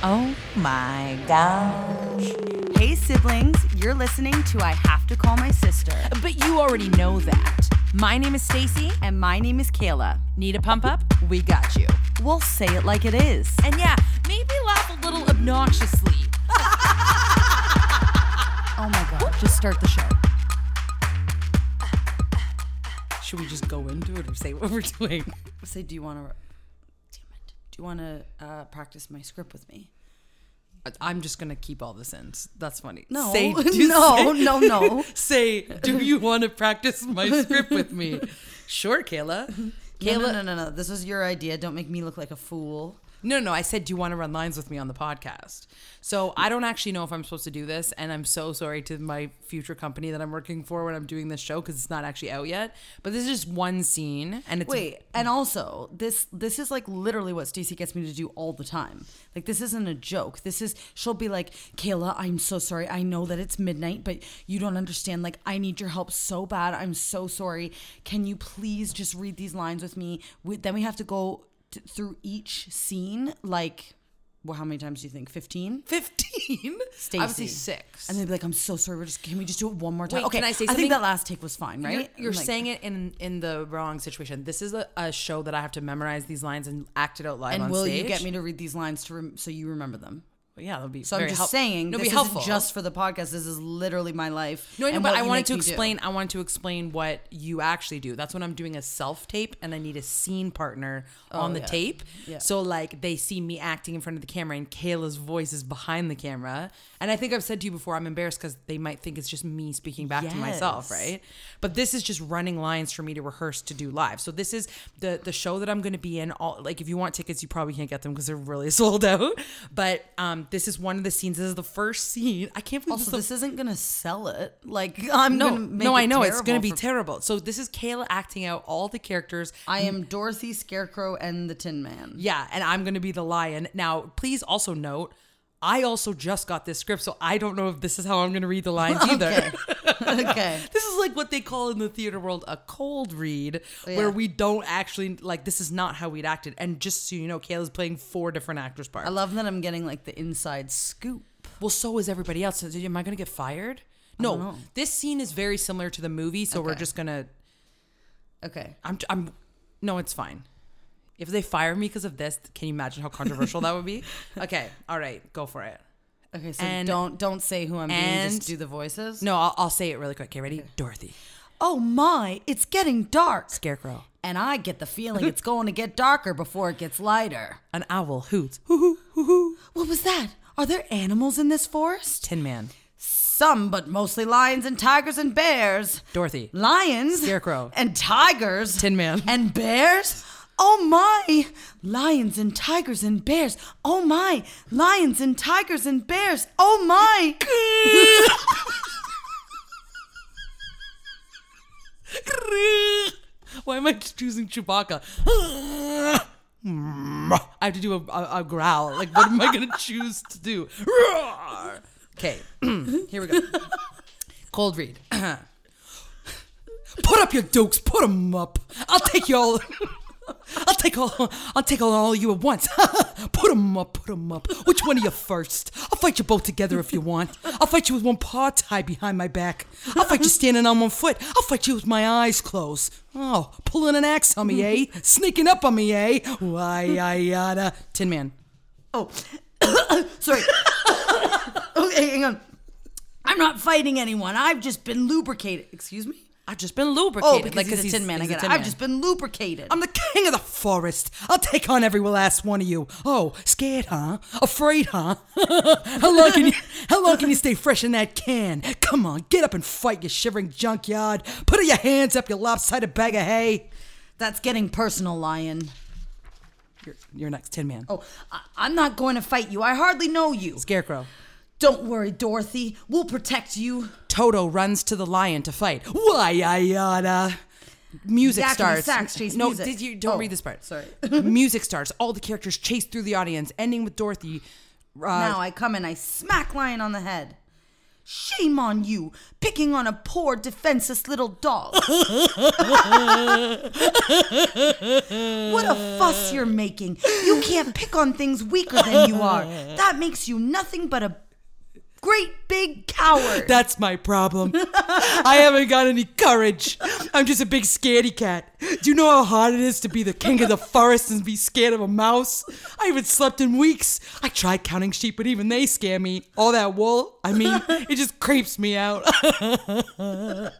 Oh my gosh. Hey, siblings, you're listening to I Have to Call My Sister. But you already know that. My name is Stacy. And my name is Kayla. Need a pump up? We got you. We'll say it like it is. And yeah, maybe laugh a little obnoxiously. oh my god, just start the show. Should we just go into it or say what we're doing? say, do you want to? Damn it! Do you want to uh, practice my script with me? I'm just gonna keep all this in. That's funny. No. say, No, do- no, no. say, do you want to practice my script with me? Sure, Kayla. Kayla, no, no, no, no. This was your idea. Don't make me look like a fool. No, no. I said, do you want to run lines with me on the podcast? So I don't actually know if I'm supposed to do this, and I'm so sorry to my future company that I'm working for when I'm doing this show because it's not actually out yet. But this is just one scene, and it's Wait, and also this this is like literally what Stacey gets me to do all the time. Like this isn't a joke. This is she'll be like, Kayla, I'm so sorry. I know that it's midnight, but you don't understand. Like I need your help so bad. I'm so sorry. Can you please just read these lines with me? We, then we have to go t- through each scene. Like, well, how many times do you think? Fifteen. 15. I would say Stacey. six. And they'd be like, "I'm so sorry. We're just can we just do it one more time?" Wait, can I say I something? think that last take was fine, right? You're, you're Like, saying it in in the wrong situation. This is a, a show that I have to memorize these lines and act it out live. And on will stage. you get me to read these lines to rem- so you remember them? Yeah, that'll be. So very I'm just help- saying, It'll this be helpful. isn't just for the podcast. This is literally my life. no, I know, and but what I you wanted make to me do. explain. I wanted to explain what you actually do. That's when I'm doing a self tape, and I need a scene partner on the Oh, yeah. tape. Yeah. So like they see me acting in front of the camera, and Kayla's voice is behind the camera. And I think I've said to you before, I'm embarrassed because they might think it's just me speaking back to myself, Yes. right? But this is just running lines for me to rehearse to do live. So this is the the show that I'm going to be in. All like if you want tickets, you probably can't get them because they're really sold out. But um, this is one of the scenes. This is the first scene. I can't believe Also, this is the this isn't gonna sell it. Like I'm no, gonna make no, it I know it's gonna terrible be for- terrible. So this is Kayla acting out all the characters. I am Dorothy Scarecrow and the Tin Man. Yeah, and I'm gonna be the lion. Now, please also note, I also just got this script, so I don't know if this is how I'm gonna read the lines either. okay. This is like what they call in the theater world a cold read, Oh, Yeah. where we don't actually like. This is not how we'd acted. And just so you know, Kayla's playing four different actors' I parts. love that I'm getting like the inside scoop. well, so is everybody else. So, am I gonna get fired? No, this scene is very similar to the movie, so we're Okay. just gonna Okay. I'm, I'm, no, it's fine. If they fire me because of this, can you imagine how controversial that would be? Okay, all right, go for it. Okay. So And- don't don't say who I'm being. and- Just do the voices. No, I'll, I'll say it really quick. Okay, ready? Dorothy, Oh my! It's getting dark. Scarecrow, And I get the feeling it's going to get darker before it gets lighter. an owl hoots, hoo hoo hoo hoo. What was that? Are there animals in this forest? Tin Man, Some, but mostly lions and tigers and bears. Dorothy, Lions? Scarecrow. And tigers? Tin Man. And bears? Oh my! Lions and tigers and bears. Oh my! Lions and tigers and bears. Oh my! Why am I choosing Chewbacca? I have to do a, a, a growl. Like, what am I going to choose to do? Okay, here we go. Cold read. put up your dukes. Put 'em up. I'll take you all. I'll take all. I'll take all, all you at once. Put 'em up. Put 'em up. Which one are you first? I'll fight you both together if you want. I'll fight you with one paw tied behind my back. I'll fight you standing on one foot. I'll fight you with my eyes closed. Oh, pulling an axe on me, eh? Sneaking up on me, eh? Why, I yada. Tin Man. Oh, sorry. okay, hang on. I'm not fighting anyone. I've just been lubricated. Excuse me? I've just been lubricated. Oh, because like, he's, a Tin Man. I he's a get it. Tin I've Man. just been lubricated. I'm the king of the forest. I'll take on every last one of you. Oh, scared, huh? Afraid, huh? how long can you how long can you stay fresh in that can? Come on, get up and fight, you shivering junkyard. Put your hands up, you lopsided bag of hay. That's getting personal, Lion. You're, you're next, Tin Man. Oh, I- I'm not going to fight you. I hardly know you. Scarecrow. Don't worry, Dorothy. We'll protect you. Toto runs to the lion to fight. Why, yada. Music Yakety starts. sax chase no, music. did you don't Oh, read this part? sorry. music starts. All the characters chase through the audience, ending with Dorothy. Uh, now I come and I smack Lion on the head. Shame on you, picking on a poor, defenseless little dog. what a fuss you're making. You can't pick on things weaker than you are. That makes you nothing but a great big coward. That's my problem. I haven't got any courage. I'm just a big scaredy cat. Do you know how hard it is to be the king of the forest and be scared of a mouse? I haven't slept in weeks. I tried counting sheep, but even they scare me. All that wool, I mean, it just creeps me out.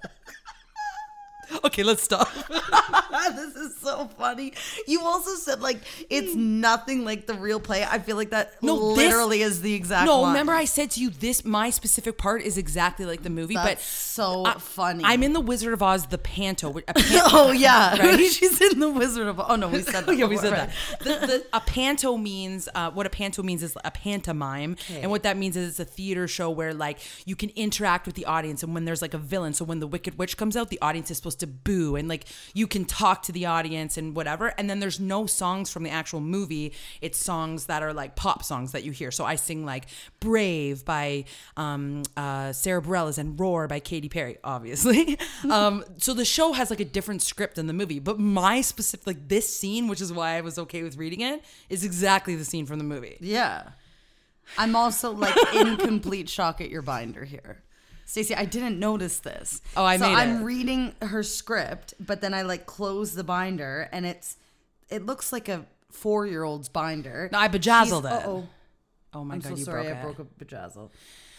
okay, let's stop. this is so funny. You also said like it's nothing like the real play. I feel like that No, this- literally is the exact No, line. remember I said to you this my specific part is exactly like the movie, but That's so I- funny. I'm in the Wizard of Oz, the panto. A Oh yeah, Right? she's in the Wizard of. Oh no, we said that. yeah, we said before, that. The, the, a panto means uh, what a panto means is a pantomime, and what that means is it's a theater show where like you can interact with the audience, and when there's like a villain, so when the Wicked Witch comes out, the audience is supposed to boo, and like you can talk to the audience and whatever. And then there's no songs from the actual movie; it's songs that are like pop songs that you hear. So I sing like "Brave" by um, uh, Sarah Bareilles and "Roar" by Katy Perry, obviously. um, so the show has like a different script than the movie, but my specific like this scene, which is why I was okay with reading it, is exactly the scene from the movie. Yeah, I'm also like in complete shock at your binder here. Stacey, I didn't notice this. Oh, I so made I'm it. reading her script, but then I like close the binder, and it's it looks like a four year old's binder. No, I bejazzled it. Oh, Oh my I'm god, so you sorry, broke I it. broke a bejazzled.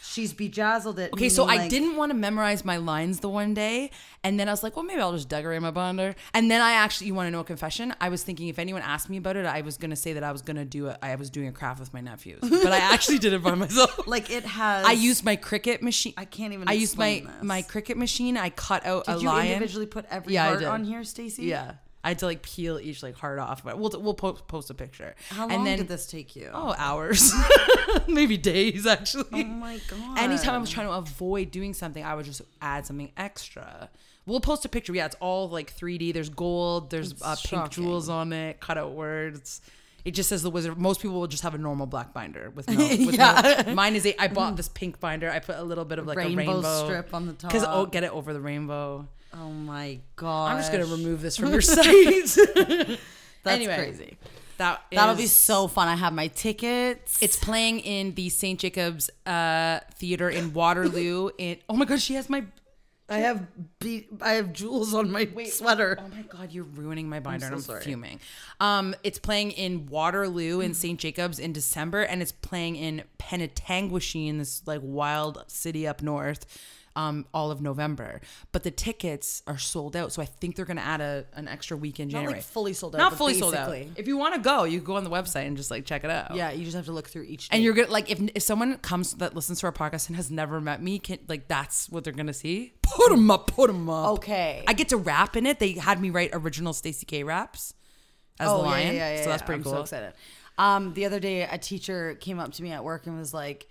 She's bejazzled it. Okay, so meaning, I like- didn't want to memorize my lines the one day, and then I was like, well, maybe I'll just decorate my binder. And then I actually, you want to know a confession? I was thinking if anyone asked me about it, I was gonna say that I was gonna do it. I was doing a craft with my nephews, but I actually did it by myself. Like it has. I used my cricket machine. I can't even I used my explain this. my cricket machine. I cut out a Did you lion. individually put every Yeah, I heart did. on here, Stacey? Yeah, I had to like peel each like heart off. But we'll we'll po- post a picture. How long and then, did this take you? Oh, hours, maybe days actually. Oh my god! Anytime I was trying to avoid doing something, I would just add something extra. We'll post a picture. Yeah, it's all like 3D. There's gold. There's uh, pink shocking. jewels on it. Cut out words. It just says the wizard. Most people will just have a normal black binder with no. With Yeah. no mine is a. I bought this pink binder. I put a little bit of like Rainbow a rainbow strip on the top. Because oh, get it over the rainbow. oh my god! I'm just gonna remove this from your site. That's Anyway, crazy. That That'll is- be so fun. I have my tickets. It's playing in the St. Jacob's uh, Theater in Waterloo. In oh my god, she has my. I have be- I have jewels on my sweater. Oh my god, you're ruining my binder. so and I'm sorry. Mm-hmm. fuming. Um, it's playing in Waterloo in St. Jacob's in December, and it's playing in Penetanguishene, this like wild city up north. Um, all of November, but the tickets are sold out, so I think they're gonna add a, an extra week in Not January. like fully sold out. Not but fully sold out. basically. If you want to go, you can go on the website and just like check it out. Yeah, you just have to look through each. And date. you're gonna like if if someone comes that listens to our podcast and has never met me, can, like that's what they're gonna see. Put them up, put them Oh, up. okay. I get to rap in it. They had me write original Stacey K raps as Oh, the lion, so that's pretty I'm cool. So excited. Um, the other day, a teacher came up to me at work and was like,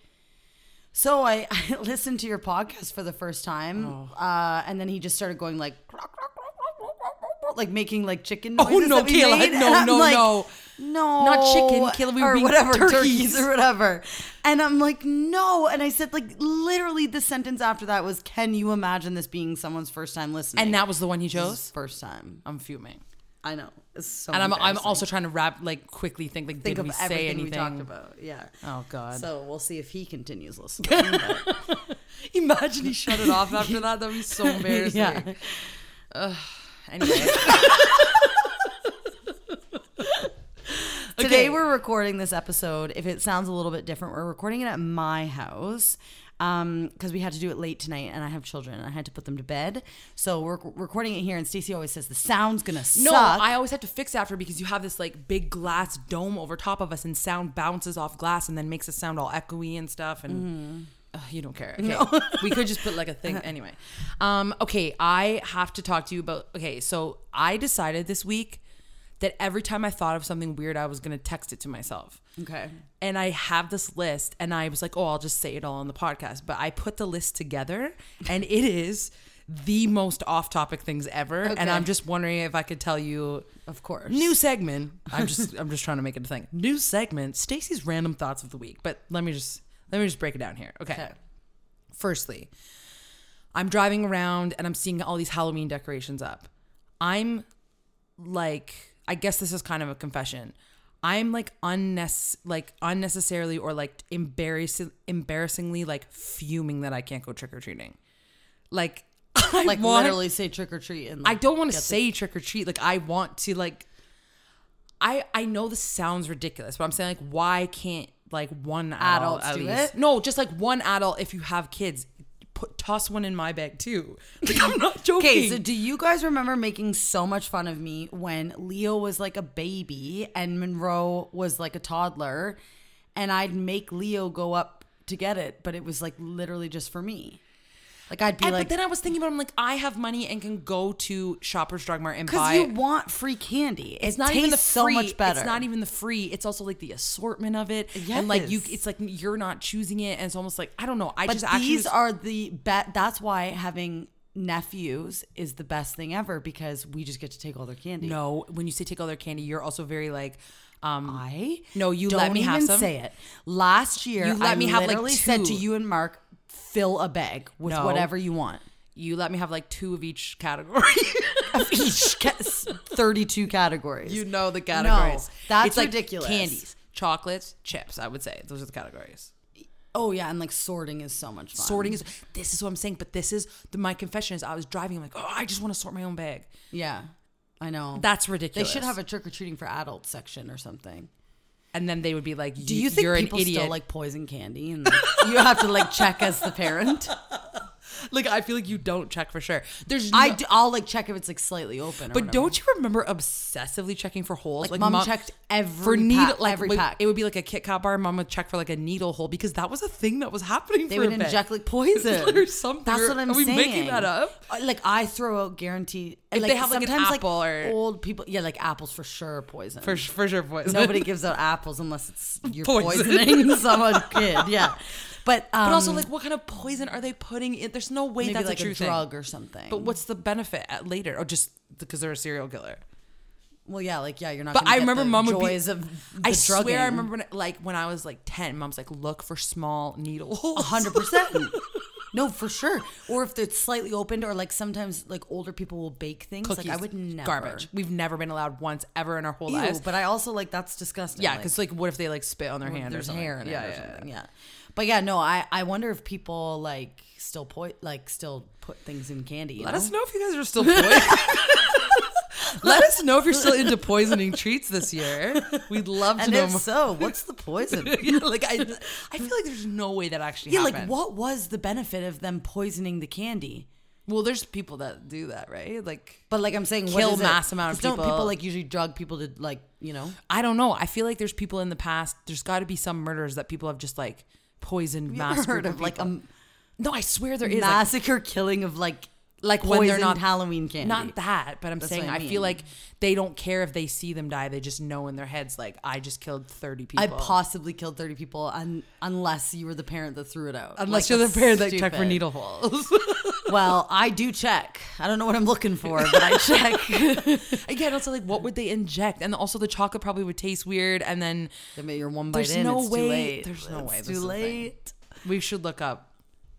"So I, I listened to your podcast for the first time, Oh. uh, and then he just started going like." Like making like chicken Oh, noises. no, that we Kayla, made. no, And I'm no, like, no. no, Not chicken, Kayla, we were or being whatever turkeys. or whatever. And I'm like, no. And I said like literally the sentence after that was, "Can you imagine this being someone's first time listening?" And that was the one he chose. first time. I'm fuming, I know. It's so and I'm I'm embarrassing also trying to rap like quickly. Think like think did of we everything say anything? we talked about. Yeah. Oh god! So we'll see if he continues listening. but- Imagine he shut it off after that. That'd be so embarrassing. yeah. Anyway, Today we're recording this episode. If it sounds a little bit different, we're recording it at my house. um because we had to do it late tonight and I have children and I had to put them to bed. So we're rec- recording it here and Stacey always says the sound's gonna No, suck. I always have to fix after because you have this like big glass dome over top of us, and sound bounces off glass and then makes a sound all echoey and stuff. And Ugh, you don't care. Okay. we could just put like a thing anyway. Um, okay, I have to talk to you about. Okay, so I decided this week that every time I thought of something weird, I was gonna text it to myself. okay. And I have this list, and I was like, oh, I'll just say it all on the podcast. But I put the list together, and it is the most off topic things ever. And Okay. I'm just wondering if I could tell you Of course. new segment. I'm just I'm just trying to make it a thing. New segment, Stacy's random thoughts of the week. But let me just let me just break it down here. Okay. Okay. Firstly, I'm driving around and I'm seeing all these Halloween decorations up. I'm like I guess this is kind of a confession. I'm like unnecess like unnecessarily or like embarrass embarrassingly like fuming that I can't go trick or treating. Like I Like want- literally say trick or treat and I like, don't want to get the- say trick or treat. Like I want to like I I know this sounds ridiculous, but I'm saying like why can't like one adult Adults at do least- it? No, just like one adult if you have kids. Put toss one in my bag too. Like I'm not joking. Okay, so do you guys remember making so much fun of me when Leo was like a baby and Monroe was like a toddler and I'd make Leo go up to get it, but it was like literally just for me. Like I'd be And- like but then I was thinking about it, I'm like I have money and can go to Shoppers Drug Mart and cuz buy you want free candy. It it's not tastes even the free, so much better. It's not even the free. It's also like the assortment of it, and like you, Yes. it's like you're not choosing it, and it's almost like I don't know. I but just actually these was- are the bet that's why having nephews is the best thing ever because we just get to take all their candy. No, when you say take all their candy, you're also very like, um, I No, you don't let me have even some. Say it. Last year, You let I me have, like, literally said two. to you and Mark, fill a bag with No. whatever you want. you let me have like two of each category. Of each ca- thirty-two categories. you know the categories. categories. that's It's like ridiculous. Candies, chocolates, chips. I would say those are the categories. oh yeah, and like sorting is so much fun. Sorting is this is what I'm saying, but this is the, my confession is I was driving. I'm like, oh, I just want to sort my own bag. yeah, I know. That's they ridiculous. should have a trick or treating for adult section or something. and then they would be like, Do you think are people an idiot? still like poison candy and like, you have to like check as the parent? like I feel like you don't check for sure. There's I no- do, I'll like check if it's like slightly open. Or But whatever. don't you remember obsessively checking for holes? Like, Mom checked every pack- like every like, pack. It would be like a Kit Kat bar. Mom would check for like a needle hole because that was a thing that was happening. They for would a bit. inject like poison or something. That's what I'm Are we saying. making that up? Uh, Like I throw out guaranteed. If like, they have, like, an sometimes, apple or- old people, yeah, like apples for sure are poison. for for sure. Boys. nobody gives out apples unless it's you're Poison. poisoning someone kid. Yeah, but um, But also, like, what kind of poison are they putting in? There's no way maybe that's like a true drug thing. or something. But what's the benefit at later? Or just because they're a serial killer? Well, yeah, like yeah, you're not. But gonna I get remember the mom would joys be. of. I the swear, drugging. I remember when, like when I was like ten. Mom's like, look for small Oh, needle holes. hundred percent. No, for sure. Or if it's slightly opened, or like sometimes like older people will bake things. Like I Cookies, would never Garbage. We've never been allowed once ever in our whole Ew, lives. but I also like that's disgusting. Yeah, like- because like, what if they like spit on their hand or there's something? hair in yeah, it or yeah, something. Yeah. But yeah, no, I, I wonder if people like still po- like still put things in candy. you Let us know if you guys are still. Poi- Let us know if you're still into poisoning treats this year. We'd love to And know. if more. so, what's the poison? Yeah, like I, I feel like there's no way that actually. yeah, like happened. what was the benefit of them poisoning the candy? Well, there's people that do that, right? Like But like I'm saying, what Kill is it? mass amount of 'Cause don't people. people like usually drug people to like you know? I don't know. I feel like there's people in the past. There's got to be some murders that people have just like poisoned mass. heard group of like a people. m- no, I swear there is. like, massacre killing of like like when they're poisoned not Halloween candy. Not that, but I'm That's saying what I, I mean. feel like they don't care if they see them die. They just know in their heads like I just killed 30 people. I possibly killed thirty people, un- unless you were the parent that threw it out. Like, Unless you're the that's parent that check for stupid. needle holes. Well, I do check. I don't know what I'm looking for, but I check. Again, also like what would they inject? And also the chocolate probably would taste weird. And then I mean, you're one bite there's in. no it's way. Too late. There's no It's way. this is Too a thing. late. We should look up.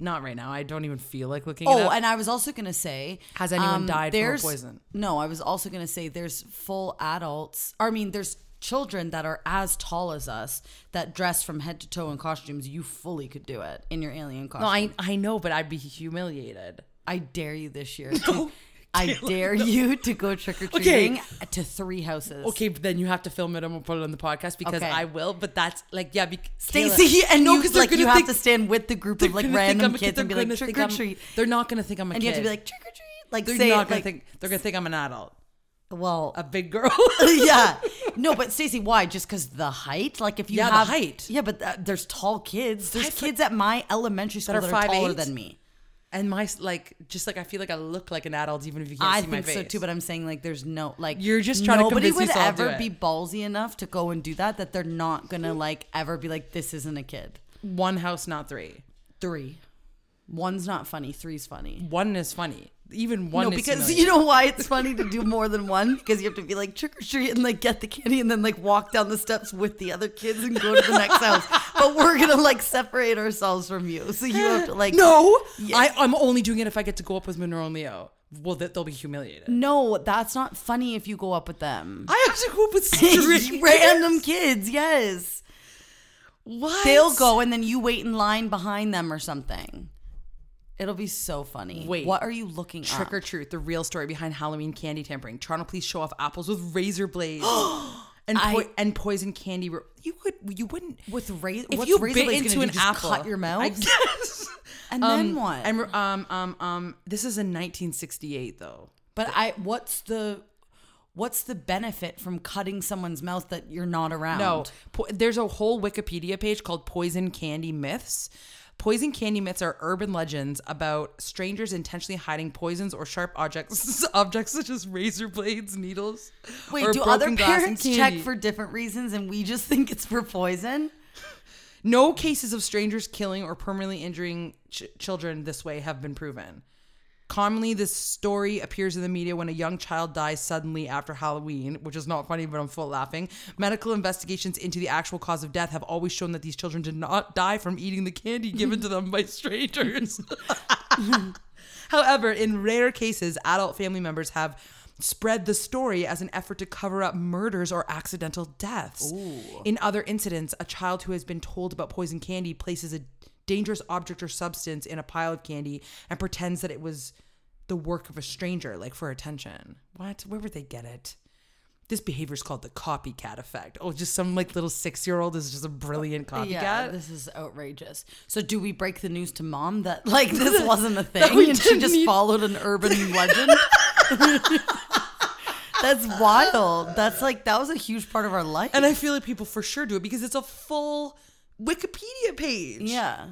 Not right now. I don't even feel like looking. it Oh, up. and I was also gonna say, um, Has anyone died from a there's- poison? No, I was also gonna say there's full adults. I mean, there's children that are as tall as us that dress from head to toe in costumes. You fully could do it in your alien no, costume. I I know, but I'd be humiliated. I dare you this year. to- I dare you to go trick or treating to three houses. Okay, but then you have to film it and we'll put it on the podcast because Okay. I will. But that's like, yeah, because Stacey, he- and no, you, because they're like gonna you think have to stand with the group they're of like gonna think random I'm a kid, kids and be they're like gonna trick think or I'm- treat, They're not gonna think I'm a and kid. you have to be like trick or treat, like they're say not it, gonna like think they're gonna think I'm an adult, well, a big girl. yeah, no, but Stacey, why? Just because the height? Like if you Yeah, the have height. yeah, but uh, there's tall kids. There's Five foot- kids at my elementary school are that are, five taller eight? than me. and my s- like, just like I feel like I look like an adult even if you can't I see my think face. so too, but I'm saying like there's no like You're just trying to nobody convince would me, so I'll do ever it. be ballsy enough to go and do that that they're not gonna like ever be like this isn't a kid. one house, not three. Three, one's not funny. Three's funny. One is funny. Even one no, is because familiar. you know why it's funny to do more than one because you have to be like trick or treat and like get the candy and then like walk down the steps with the other kids and go to the next house. But we're gonna like separate ourselves from you, so you have to like No, Yeah. I, I'm only doing it if I get to go up with Monroe and Leo. Well, that they'll be humiliated. no, that's not funny if you go up with them. I have to go up with strangers. Random kids, yes. What? They'll go and then you wait in line behind them or something. It'll be so funny. Wait. What are you looking Trick Trick or treat, the real story behind Halloween candy tampering. Toronto police show off apples with razor blades and po- I- and poison candy. Ro- you could you wouldn't With razor if what's you razor bit blades into gonna an do, just apple. cut your mouth? I guess. And then what? And um um um, this is in 1968 though. but I what's the what's the benefit from cutting someone's mouth that you're not around? No, po- there's a whole Wikipedia page called Poison Candy Myths. Poison candy myths are urban legends about strangers intentionally hiding poisons or sharp objects, objects such as razor blades, needles. Wait, or do other broken glass and parents check candy. for different reasons and we just think it's for poison? No cases of strangers killing or permanently injuring ch- children this way have been proven. Commonly, this story appears in the media when a young child dies suddenly after Halloween, which is not funny, but I'm full laughing. Medical investigations into the actual cause of death have always shown that these children did not die from eating the candy given to them by strangers. However, in rare cases, adult family members have spread the story as an effort to cover up murders or accidental deaths. In other incidents, a child who has been told about poison candy places a dangerous object or substance in a pile of candy and pretends that it was the work of a stranger, like for attention. What? Where would they get it? This behavior is called the copycat effect. Oh, just some like little six year old is just a brilliant copycat. Yeah, this is outrageous. So, do we break the news to mom that like this wasn't a That we thing and she didn't just need- followed an urban legend? That's wild. That's like that was a huge part of our life. And I feel like people for sure do it because it's a full Wikipedia page. yeah.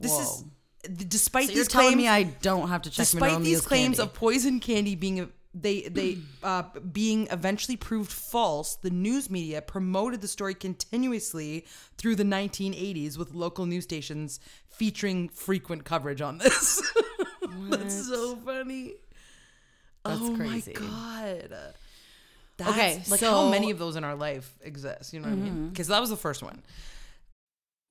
This Whoa. is th- despite So you're these telling claims. me I don't have to check despite Monroe these Leo's claims candy. of poison candy being they they uh, being eventually proved false, the news media promoted the story continuously through the 1980s with local news stations featuring frequent coverage on this. That's so funny. That's oh crazy. my god. Okay, like how so- Mm-hmm. many of those in our life exist? You know what I mean? Because that was the first one.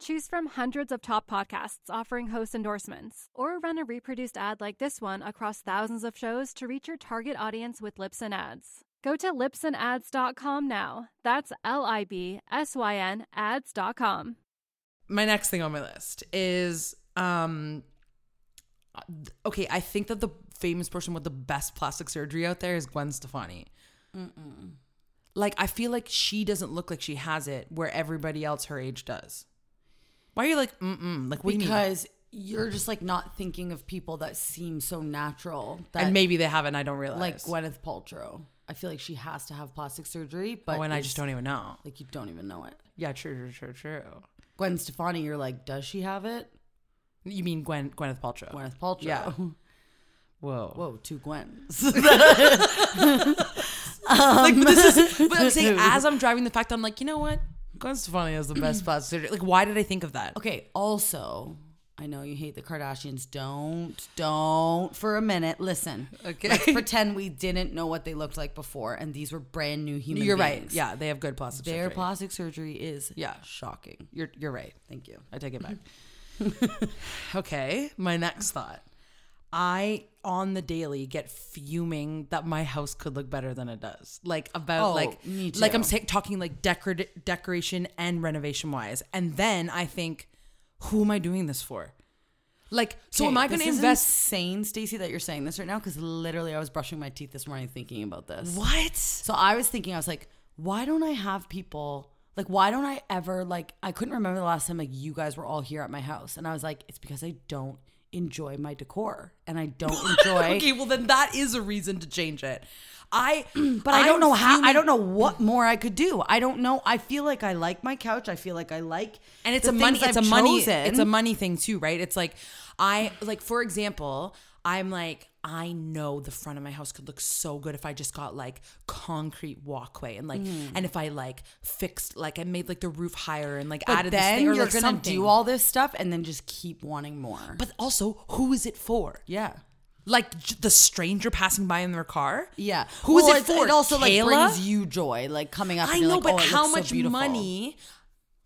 Choose from hundreds of top podcasts offering host endorsements, or run a reproduced ad like this one across thousands of shows to reach your target audience with Lips and Ads. Go to lipsandads.com now. That's L I B S Y N ads.com. my next thing on my list is um okay i think that the famous person with the best plastic surgery out there is gwen stefani like i feel like she doesn't look like she has it where everybody else her age does why are you like mm-mm like what do you mean because you're just like not thinking of people that seem so natural that and maybe they haven't i don't realize like Gwyneth Paltrow. I feel like she has to have plastic surgery, but oh, and I it's- just don't even know. like you don't even know it. Yeah, true, true, true, true. Gwen Stefani, you're like, does she have it? You mean Gwen Gwyneth Paltrow? Gwyneth Paltrow. Yeah. Whoa. Whoa, two Gwens. Um, Like, but this is. But I'm saying as I'm driving the fact, I'm like, you know what? Gwen Stefani has the best plastic surgery. Like, why did I think of that? Okay. Also, I know you hate the Kardashians. Don't, don't for a minute. Listen. Okay. Let's pretend we didn't know what they looked like before, and these were brand new human. You're right. beings. Yeah, they have good plastic Their surgery. plastic surgery is Yeah. shocking. you're you're right. Thank you. I take it back. okay, my next thought. I on the daily get fuming that my house could look better than it does. Like about Oh, like me like I'm too. saying talking like decor- decoration and renovation wise. And then I think who am I doing this for? Like so am I going to invest Insane, Stacey, that you're saying this right now because literally I was brushing my teeth this morning thinking about this. what? So I was thinking, I was like, why don't I have people like why don't I ever like I couldn't remember the last time like you guys were all here at my house. And I was like, it's because I don't enjoy my decor and I don't enjoy Okay, well then that is a reason to change it. I but I don't know how I don't know what more I could do. I don't know. I feel like I like my couch. I feel like I like and it's the a money things it's I've a money chosen. it's a money thing too right it's like i like for example i'm like i know the front of my house could look so good if i just got like concrete walkway and like Hmm. and if i like fixed like i made like the roof higher and like but added this thing then or you're like gonna something do all this stuff and then just keep wanting more. but also who is it for yeah. like j- the stranger passing by in their car Yeah. who is Well, it for It also Kayla? like brings you joy, like coming up. I and you're know, like, but "Oh, it how looks so much beautiful." money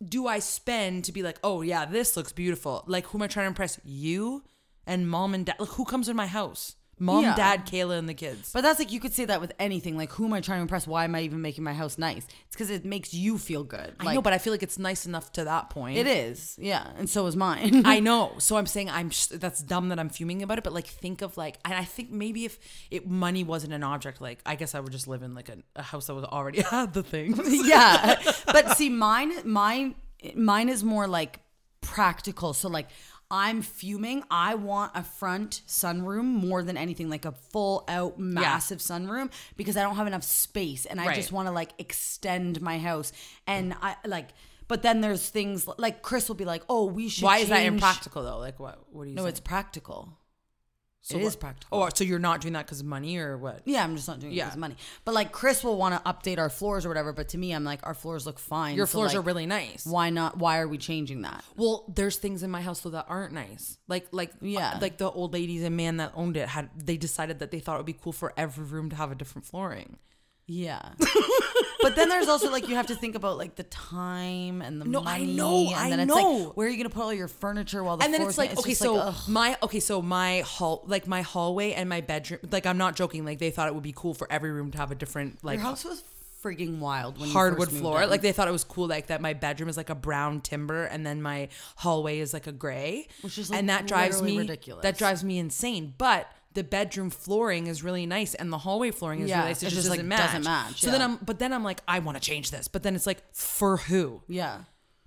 do I spend to be like, oh yeah, this looks beautiful? Like, who am I trying to impress? You and mom and dad. Like, who comes in my house? Mom, Yeah. dad, Kayla, and the kids. But that's like you could say that with anything. Like, who am I trying to impress? Why am I even making my house nice? It's because it makes you feel good. I know, Like, but I feel like it's nice enough to that point. it is. Yeah, and so is mine. I know. So I'm saying I'm sh- that's dumb that I'm fuming about it, but like think of like and I think maybe if it money wasn't an object, like I guess I would just live in like a, a house that was already had the things. yeah, but see, mine, mine, mine is more like practical. So like. I'm fuming. I want a front sunroom more than anything, like a full out massive sunroom because I don't have enough space and I Right. just want to like extend my house. And I like, but then there's things li- like Chris will be like, oh, we should. Why is that change- impractical though? Like what what do you No, saying? it's practical. So it what- is practical. Oh, so you're not doing that because of money or what? yeah, I'm just not doing it Yeah. because of money. But like Chris will want to update our floors or whatever. But to me, I'm like, our floors look fine. Your so, floors like, are really nice. Why not? Why are we changing that? Well, there's things in my house though that aren't nice. Like like uh, Yeah. like the old ladies and man that owned it had they decided that they thought it would be cool for every room to have a different flooring. Yeah. but then there's also like you have to think about like the time and the No, I money. know, And I then it's know. like where are you gonna put all your furniture while the and then floor's it's like gonna- okay, just so ugh. my okay, so my hall like my hallway and my bedroom like I'm not joking, like they thought it would be cool for every room to have a different like your house was frigging wild when you hardwood first moved floor. in. Like they thought it was cool, like that my bedroom is like a brown timber, and then my hallway is like a gray, Which is, like, and that drives literally me ridiculous. That drives me insane. But the bedroom flooring is really nice, and the hallway flooring is Yeah, really nice. it It, just, just, like, doesn't match. doesn't match, So then yeah. I'm, but then I'm like, I want to change this, but then it's like for who? yeah.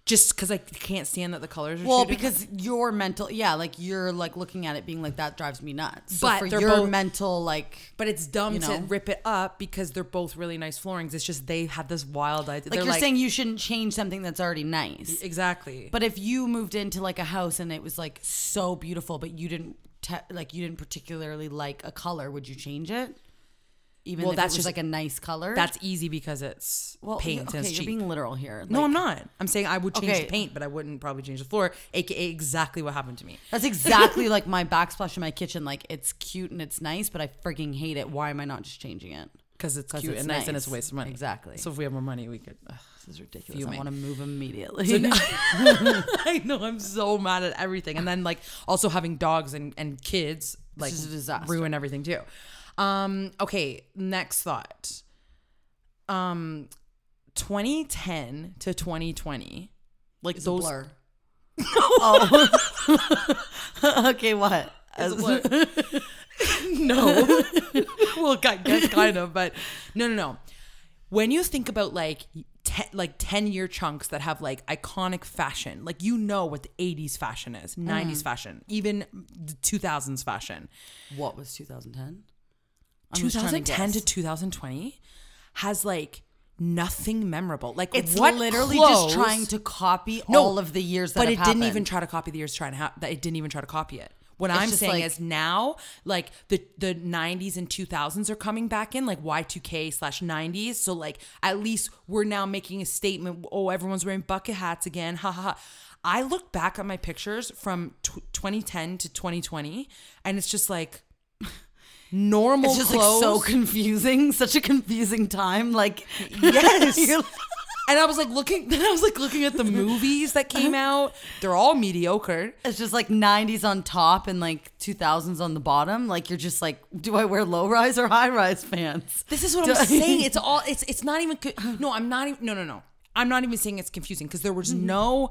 Just because I can't stand that the colors. are Well, too different? because your mental, yeah, like you're like looking at it being like that drives me nuts. So But for they're your both- mental, like But it's dumb You to know? rip it up because they're both really nice floorings. It's just they had this wild idea. like They're you're saying you shouldn't change something that's already nice exactly. but if you moved into like a house and it was like so beautiful but you didn't te- like you didn't particularly like a color would you change it even Well, if that's it was just- like a nice color that's easy because it's well you- paint okay and it's you're cheap. being literal here No, Like, I'm not. I'm saying I would change Okay. the paint, but I wouldn't probably change the floor, aka exactly what happened to me. that's exactly like my backsplash in my kitchen like it's cute and it's nice but i freaking hate it why am i not just changing it Because it's 'Cause cute it's and nice, and nice. it's a waste of money. Exactly. So if we have more money, we could. ugh. this is ridiculous i Fuming. want to move immediately I know I'm so mad at everything, and then like also having dogs and and kids like is a disaster. ruin everything too. Um. Okay. Next thought. Um, 2010 to 2020, like it's a those blur oh okay what no. well, I guess kind of, but no, no, no. When you think about like te- like ten year chunks that have like iconic fashion, like you know what the '80s fashion is, Mm-hmm. '90s fashion, even the 2000s fashion. what was 2010 I'm just trying 2010 to guess. 2020 has like nothing memorable. Like It's what literally clothes- just trying to copy all of the years that but it have didn't even happened. try to copy the years trying to ha- that it didn't even try to copy it. What It's I'm just saying like- is now, like the the 90s and 2000s are coming back in, like Y2K slash 90s. So like at least we're now making a statement. Oh, everyone's wearing bucket hats again. Ha ha. ha. I look back at my pictures from tw 2010 to 2020, and it's just like normal It's just clothes. like so confusing, such a confusing time. Like Yes. You're- and I was like looking. Then I was like looking at the movies that came Uh-huh. out. They're all mediocre. it's just like '90s on top and like 2000s on the bottom. Like you're just like, do I wear low rise or high rise pants? This is what Do I'm I- saying. It's all. It's it's not even. co- No, I'm not even. No, no, no. I'm not even saying it's confusing because there was Mm-hmm. no.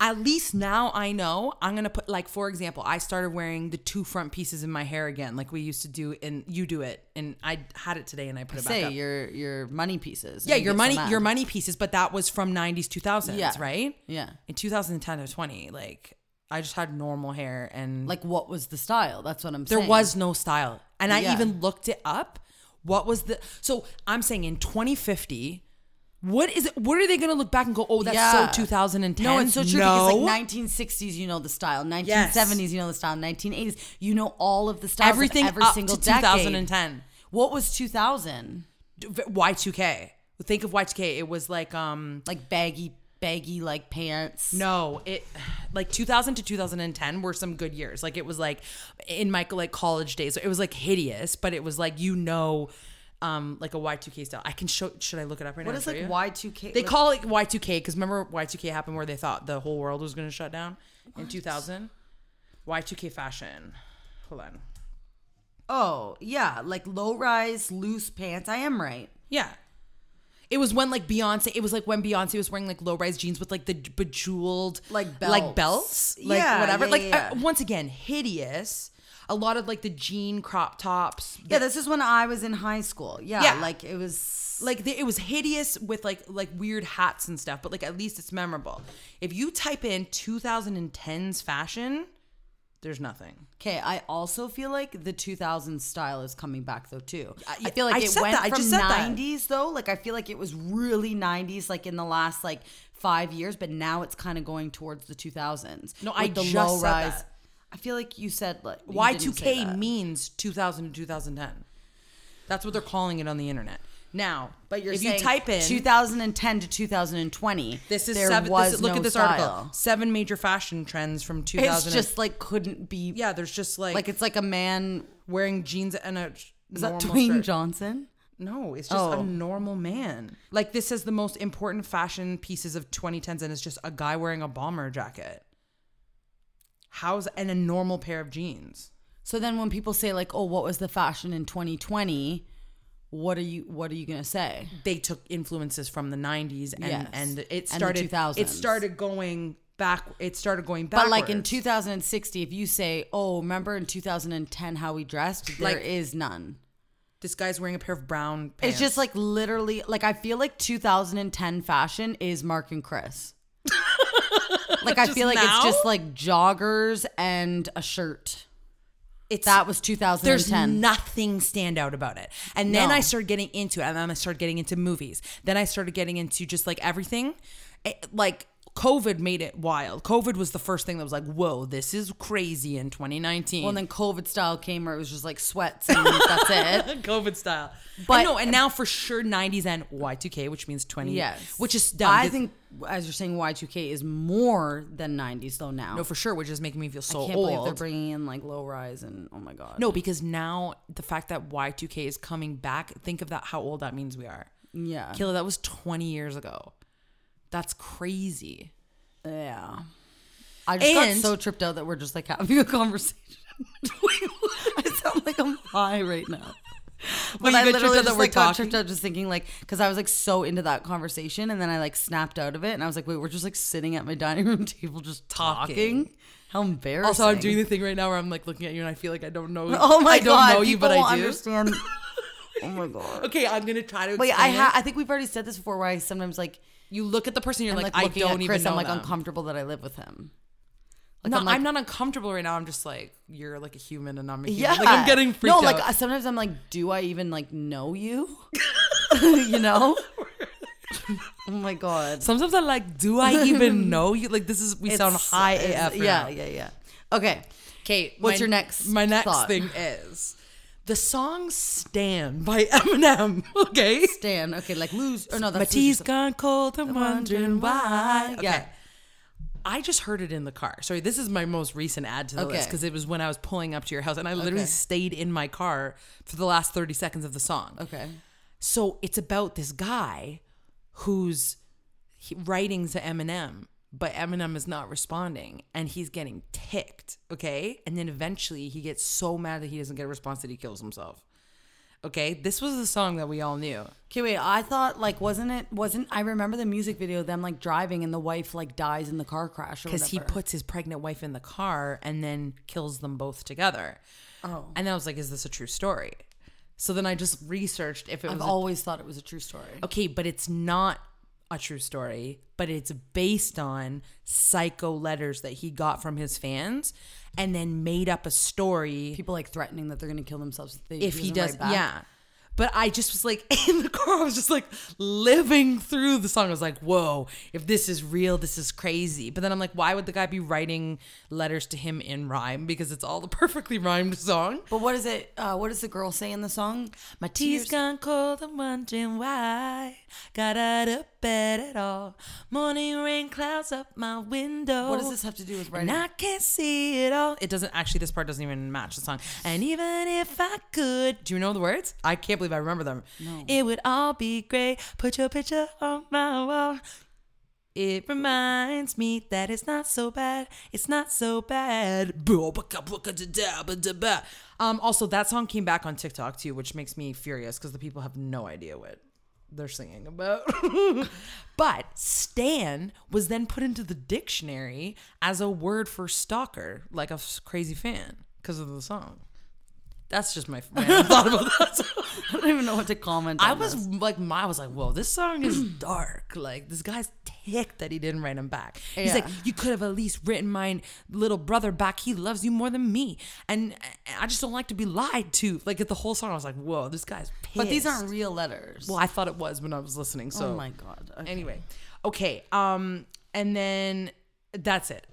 At least now I know I'm gonna put like for example I started wearing the two front pieces in my hair again like we used to do and you do it and I had it today and I put it back say up. your your money pieces. yeah You your get money some back. your money pieces but that was from 90s 2000s Yeah. right Yeah. in 2010 to 20 like I just had normal hair and Like what was the style? That's what I'm There saying. was no style. And I Yeah. even looked it up. What was the So I'm saying in 2050, what is it what are they going to look back and go, "Oh, that's Yeah. so 2010." No, it's so true because No. like 1960s, you know the style. 1970s, you know the style. 1980s, you know all of the styles. of everything every up single to decade. 2010. What was 2000? Y2K. Think of Y2K. It was like um Like baggy, baggy like pants. No, it like 2000 to 2010 were some good years. Like it was like in my like college days, it was like hideous, but it was like you know, um, like a Y2K style. I can show. Should I look it up right now? What and is show like you? Y2K? They like- call it Y2K because remember Y2K happened where they thought the whole world was going to shut down in 2000. Y2K fashion. Hold on. Oh yeah, like low rise, loose pants. I am right. Yeah. It was when like Beyonce. It was like when Bejonce was wearing like low rise jeans with like the bejeweled Like like belts. belts, like Yeah, whatever. yeah, like yeah, uh, yeah. once again, hideous. A lot of like the jean crop tops. Yeah, this is when I was in high school. Yeah, Yeah. like it was. like the, it was hideous with like like weird hats and stuff but like at least it's memorable if you type in 2010's fashion there's nothing Okay, I also feel like the 2000s style is coming back though too. I, yeah, feel like I it said went that, I from just said that. 90s though. Like I feel like it was really 90s like in the last like 5 years, but now it's kind of going towards the 2000s. No, with I the just low said rise. that. I feel like you said like you didn't say y2k that. means 2000 to 2010 that's what they're calling it on the internet now but you're if saying you type in 2010 to 2020. 2020, this is there seven was this is, look no at this style. article seven major fashion trends from 2000 It's just like couldn't be yeah there's just like like it's like a man wearing jeans and a is that normal Dwayne shirt. Johnson? No, it's just a Oh. normal man. Like this is the most important fashion pieces of 2010s, and it's just a guy wearing a bomber jacket. How's and a normal pair of jeans? So then when people say like, "Oh, what was the fashion in 2020?" What are you what are you going to say? They took influences from the 90s, and Yes. and And the it started. it 2000s. started going back. It started going back. But like in 2060, if you say, "Oh, remember in 2010 how we dressed?" there is Like- none. this guy's wearing a pair of brown pants. It's just like literally like I feel like 2010 fashion is Mark and Chris. like I Just feel like now? it's just like joggers and a shirt. it's That was 2010. There's nothing stand out about it. And then No. I started getting into it, and then I started getting into movies. Then I started getting into just like everything. It- like COVID made it wild. COVID was the first thing that was like, whoa, this is crazy in 2019. well, and then COVID style came where it was just like sweats and that's it. COVID style, but But- no, and now for sure 90s and Y2K, which means 20, Yes. which is dumb. I This- think, as you're saying, Y2K is more than 90s though now. no, for sure, which is making me feel so I can't believe they're old. bringing in like low rise and oh my God. no, because now the fact that Y2K is coming back, think of that how old that means we are. Yeah. Kayla, that was 20 years ago. That's crazy. yeah. I just got And- so tripped out that we're just like having a conversation. I sound like I'm high right now. But you I got literally tripped out that just we're like got talking? tripped out just thinking like because I was like so into that conversation and then I like snapped out of it and I was like wait we're just like sitting at my dining room table just talking, Talking. how embarrassing Also, I'm doing the thing right now where I'm like looking at you and I feel like I don't know. oh my I don't god know you, but people I won't do. understand oh my god Okay, I'm gonna try to. Wait, I explain ha- it. I think we've already said this before. Where I sometimes like You look at the person, you're I'm, like, like, I looking don't at even Chris, know. I'm like them. uncomfortable that I live with him. Like no, I'm like, I'm not uncomfortable right now. I'm just like, you're like a human and I'm a human. yeah. Like I'm getting freaked no, out. like I- sometimes I'm like, do I even like know you? you know? oh my god. Sometimes I'm like, do I even know you? Like this is we sound It's- high it's- AF. right Yeah, now. yeah, yeah. Okay. Kate, What's my- your next My next thought? thing is the song "Stand" by Eminem. Oh, Okay, Stan. Okay, like lose or no, my that's tea's gone cold. I'm wondering wondering why. why. Okay. Yeah. I just heard it in the car. Sorry, this is my most recent add to the list Okay. because it was when I was pulling up to your house and I literally Okay. stayed in my car for the last 30 seconds of the song. Okay. So it's about this guy who's he- writing to Eminem, but Eminem is not responding and he's getting ticked, okay? And then eventually he gets so mad that he doesn't get a response that he kills himself. Okay? This was the song that we all knew. Okay, wait. I thought like wasn't it wasn't I remember the music video of them like driving and the wife like dies in the car crash or because he whatever. puts his pregnant wife in the car and then kills them both together. Oh. And then I was like, is this a true story? So then I just researched if it I've was a- always thought it was a true story. okay, but it's not a true story, but it's based on psycho letters that he got from his fans and then made up a story People like threatening that they're gonna kill themselves if, they if he does, doesn't write back. yeah. But I just was like in the car, I was just like living through the song. I was like, whoa, if this is real, this is crazy. But then I'm like, why would the guy be writing letters to him in rhyme? Because it's all the perfectly rhymed song. But what is it? Uh, what does the girl say in the song? My tea's gone cold, I'm wondering why. Got out of bed at all. Morning rain clouds up my window. What does this have to do with writing? And I can't see it all. It doesn't actually. This part doesn't even match the song. And even if I could, do you know the words? I can't believe I remember them. It would all be great. Put your picture on my wall. It reminds me that it's not so bad. It's not so bad. Um, also, that song came back on TikTok too, which makes me furious because the people have no idea what they're singing about. but Stan was then put into the dictionary as a word for stalker, like a s- crazy fan, because of the song. That's just my random thought about that. I don't even know what to comment. I on was this. like, my, I was like, whoa, this song is dark. Like, this guy's ticked that he didn't write him back. He's like, Yeah. you could have at least written my little brother back. He loves you more than me, and eh, I- I just don't like to be lied to. Like, at the whole song, I was like, whoa, this guy's pissed. But these aren't real letters. Well, I thought it was when I was listening. So oh my god. Okay. Anyway, okay. Um, and then that's it.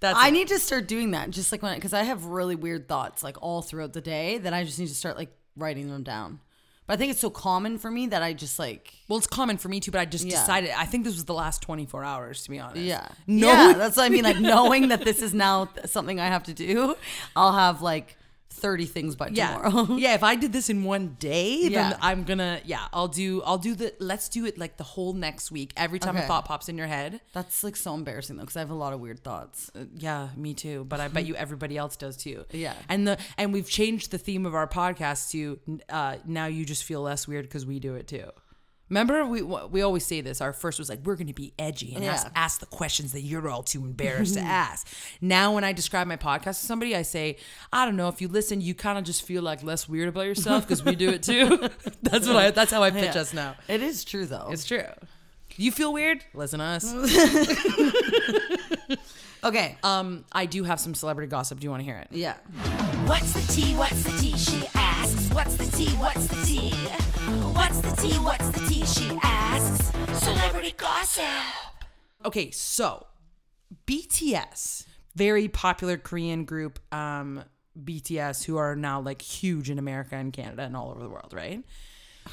that's I it. need to start doing that. Just like when, because I have really weird thoughts like all throughout the day that I just need to start like writing them down. But I think it's so common for me that I just like Well, it's common for me too, but I just Yeah. decided. I think this was the last 24 hours, to be honest. yeah No, yeah, that's what I mean like knowing that this is now th- something I have to do. I'll have like thirty things by yeah. tomorrow. yeah, if I did this in one day, then Yeah. I'm gonna yeah, I'll do I'll do the let's do it like the whole next week. Every time a Okay. thought pops in your head. That's like so embarrassing though because I have a lot of weird thoughts. Yeah, me too. But I bet you everybody else does too. Mm-hmm. Yeah. And the and we've changed the theme of our podcast to uh, now you just feel less weird because we do it too. Remember, we we always say this. Our first was like, we're going to be edgy and ask, Yeah. ask the questions that you're all too embarrassed to ask. Now, when I describe my podcast to somebody, I say, I don't know. If you listen, you kind of just feel like less weird about yourself because we do it too. that's what I. That's how I pitch Yeah. us now. It is true though. It's true. You feel weird? Listen to us. okay. Um, I do have some celebrity gossip. Do you want to hear it? yeah. What's the tea? What's the tea? She asks. What's the tea? What's the tea? What's the tea? What's the tea? She asks. Celebrity gossip. Okay, so BTS, very popular Korean group, um, BTS, who are now like huge in America and Canada and all over the world, right?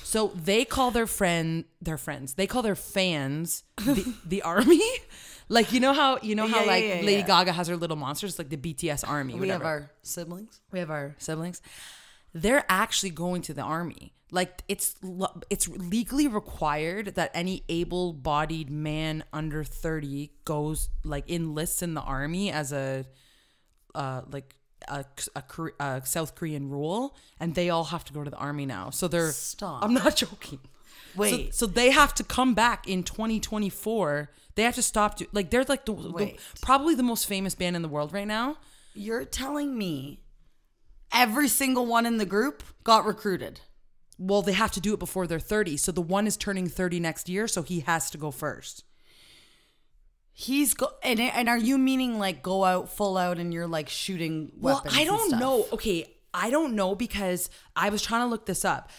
So they call their friend their friends. They call their fans the, the army. Like you know how you know how Yeah, yeah, like yeah, Lady yeah. Gaga has her little monsters, like the BTS army. We whatever have our siblings. we have our siblings they're actually going to the army like it's lo- it's legally required that any able-bodied man under 30 goes like enlists in the army as a uh like a, a, Kor- a South Korean rule, and they all have to go to the army now. So they're Stop. I'm not joking. So- Wait. so, they have to come back in 2024. They have to stop. Do, like they're like the, the Wait. probably the most famous band in the world right now. You're telling me every single one in the group got recruited. well, they have to do it before they're 30. So the one is turning 30 next year, so he has to go first. He's go and and are you meaning like go out full out and you're like shooting weapons? Well, I and don't stuff? know. Okay, I don't know because I was trying to look this up.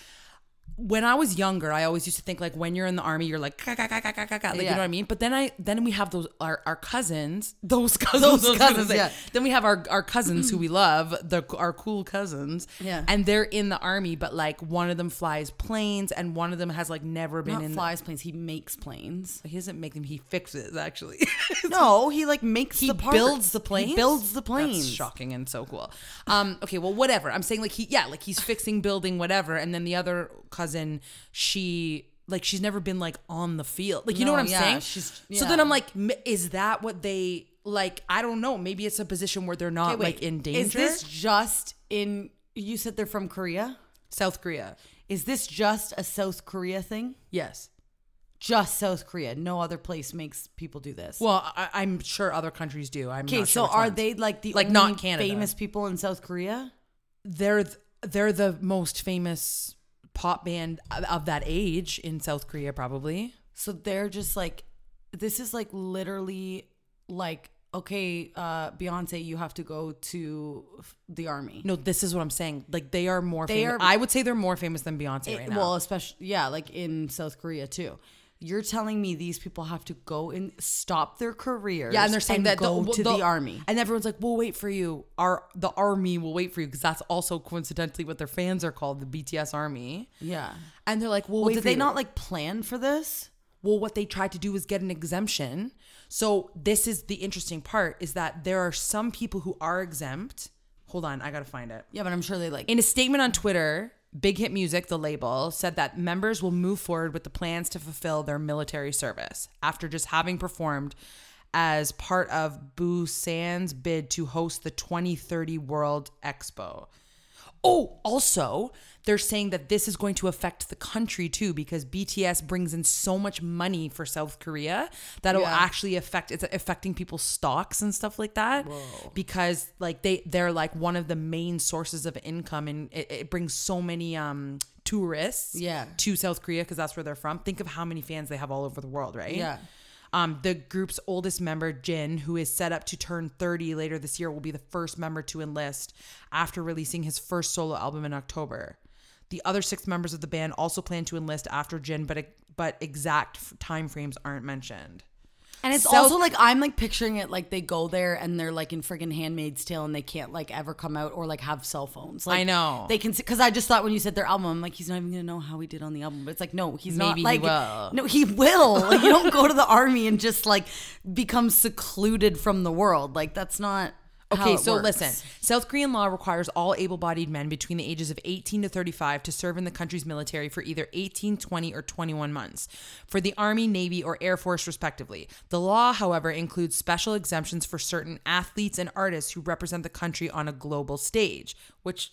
When I was younger, I always used to think like when you're in the army, you're like, "Ka, ka, ka, ka, ka, ka," like you know Yeah. what I mean. But then I then we have those our, our cousins, those cousins, I was gonna cousins, say. yeah. Then we have our our cousins who we love, the our cool cousins, Yeah. And they're in the army, but like one of them flies planes, and one of them has like never been Not in. flies planes. He makes planes. The, he doesn't make them; he fixes actually. No, he like makes he the parts. builds the planes. He builds the planes. That's shocking and so cool. Um, okay, well, whatever. I'm saying like he, yeah, like he's fixing, building, whatever. And then the other cousin, she like she's never been like on the field. Like you know No, what I'm yeah, saying? she's- So then yeah. I'm like, m- is that what they like? I don't know. Maybe it's a position where they're not Okay, wait. like in danger. Is this just in? You said they're from Korea. South Korea? Is this just a South Korea thing? Yes. Just South Korea. No other place makes people do this. Well, I, I'm sure other countries do. I'm okay. not so sure which are ones. they like the Like, only not Canada. famous people in South Korea? They're th- they're the most famous pop band of- of that age in South Korea, probably. So they're just like, this is like literally like, okay, uh, Beyonce, you have to go to f- the army. No, this is what I'm saying. Like they are more They famous. are- I would say they're more famous than Beyonce It- right now. Well, especially, yeah, like in South Korea too. You're telling me these people have to go and stop their careers. yeah, and they're saying that go well, to the army. and everyone's like, "We'll wait for you. Our the army will wait for you," because that's also coincidentally what their fans are called, the BTS army. Yeah. And they're like, "We'll, Well, wait." did for they you." not like plan for this? well what they tried to do was get an exemption so this is the interesting part is that there are some people who are exempt hold on i gotta find it Yeah, but I'm sure they like. in a statement on twitter big hit music the label said that members will move forward with the plans to fulfill their military service after just having performed as part of busan's bid to host the 2030 world expo Oh, also, they're saying that this is going to affect the country too because BTS brings in so much money for South Korea that it'll actually affect it's affecting people's stocks and stuff like that because like they they're like one of the main sources of income and it, it brings so many um tourists Yeah. to South Korea because that's where they're from. Think of how many fans they have all over the world, right? Yeah. Um, the group's oldest member, Jin, who is set up to turn 30 later this year, will be the first member to enlist after releasing his first solo album in October. The other six members of the band also plan to enlist after Jin, but but exact f- time frames aren't mentioned. And it's South- also like I'm like picturing it like they go there and they're like in friggin' Handmaid's Tale and they can't like ever come out or like have cell phones. Like I know. they can because I just thought when you said their album, I'm like he's not even gonna know how he did on the album. But it's like no, he's Maybe not. he Like will. no, he will. Like, you don't go to the army and just like become secluded from the world. Like that's not. how Okay, it so works. listen. South Korean law requires all able bodied men between the ages of 18 to 35 to serve in the country's military for either 18, 20, or 21 months for the Army, Navy, or Air Force, respectively. The law, however, includes special exemptions for certain athletes and artists who represent the country on a global stage, which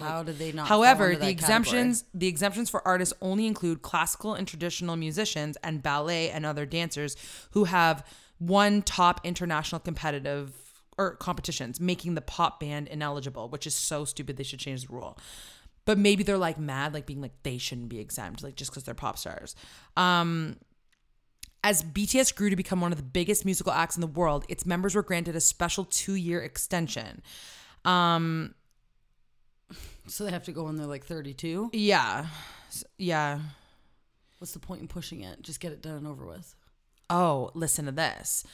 How did they not? fall However, under the that exemptions category? the exemptions for artists only include classical and traditional musicians and ballet and other dancers who have won top international competitive or competitions, making the pop band ineligible, which is so stupid. They should change the rule. But maybe they're like mad, like being like they shouldn't be exempt, like just because they're pop stars. Um, as BTS grew to become one of the biggest musical acts in the world, its members were granted a special two-year extension. Um, So they have to go when they're like 32. yeah. S- Yeah. What's the point in pushing it? Just get it done and over with. Oh, listen to this.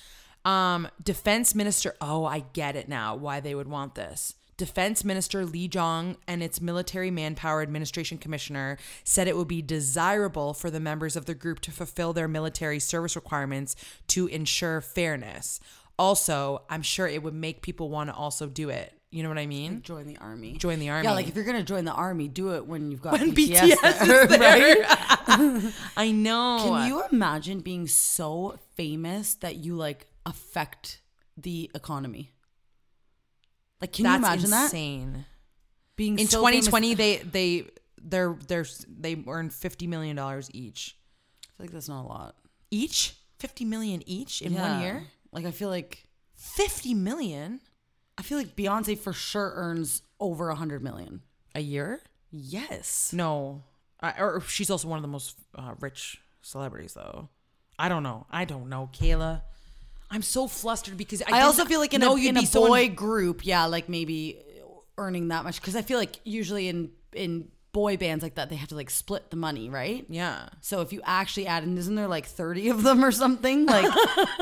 Um, Defense Minister. Oh, I get it now why they would want this. Defense Minister Lee Jong and its Military Manpower Administration Commissioner said it would be desirable for the members of the group to fulfill their military service requirements to ensure fairness. Also, I'm sure it would make people want to also do it. You know what I mean? Join the army. Join the Yeah, army. like if you're gonna join the army, do it when you've got When BTS, BTS there, right? is there. I know. Can you imagine being so famous that you like affect the economy? Like, can you imagine insane. that being in so famous- 2020 they they they're they're they earned 50 million dollars each I feel like that's not a lot each 50 million each in one Yeah. year Like, I feel like 50 million I feel like Beyonce for sure earns over a hundred million. a year Yes, no I, or she's also one of the most uh, rich celebrities though i don't know i don't know kayla I'm so flustered because I, I didn't also feel like in know a, you'd in be a so in- boy group, yeah, like maybe earning that much because I feel like usually in in boy bands like that they have to like split the money, right? yeah. So if you actually add in, isn't there like thirty of them or something? Like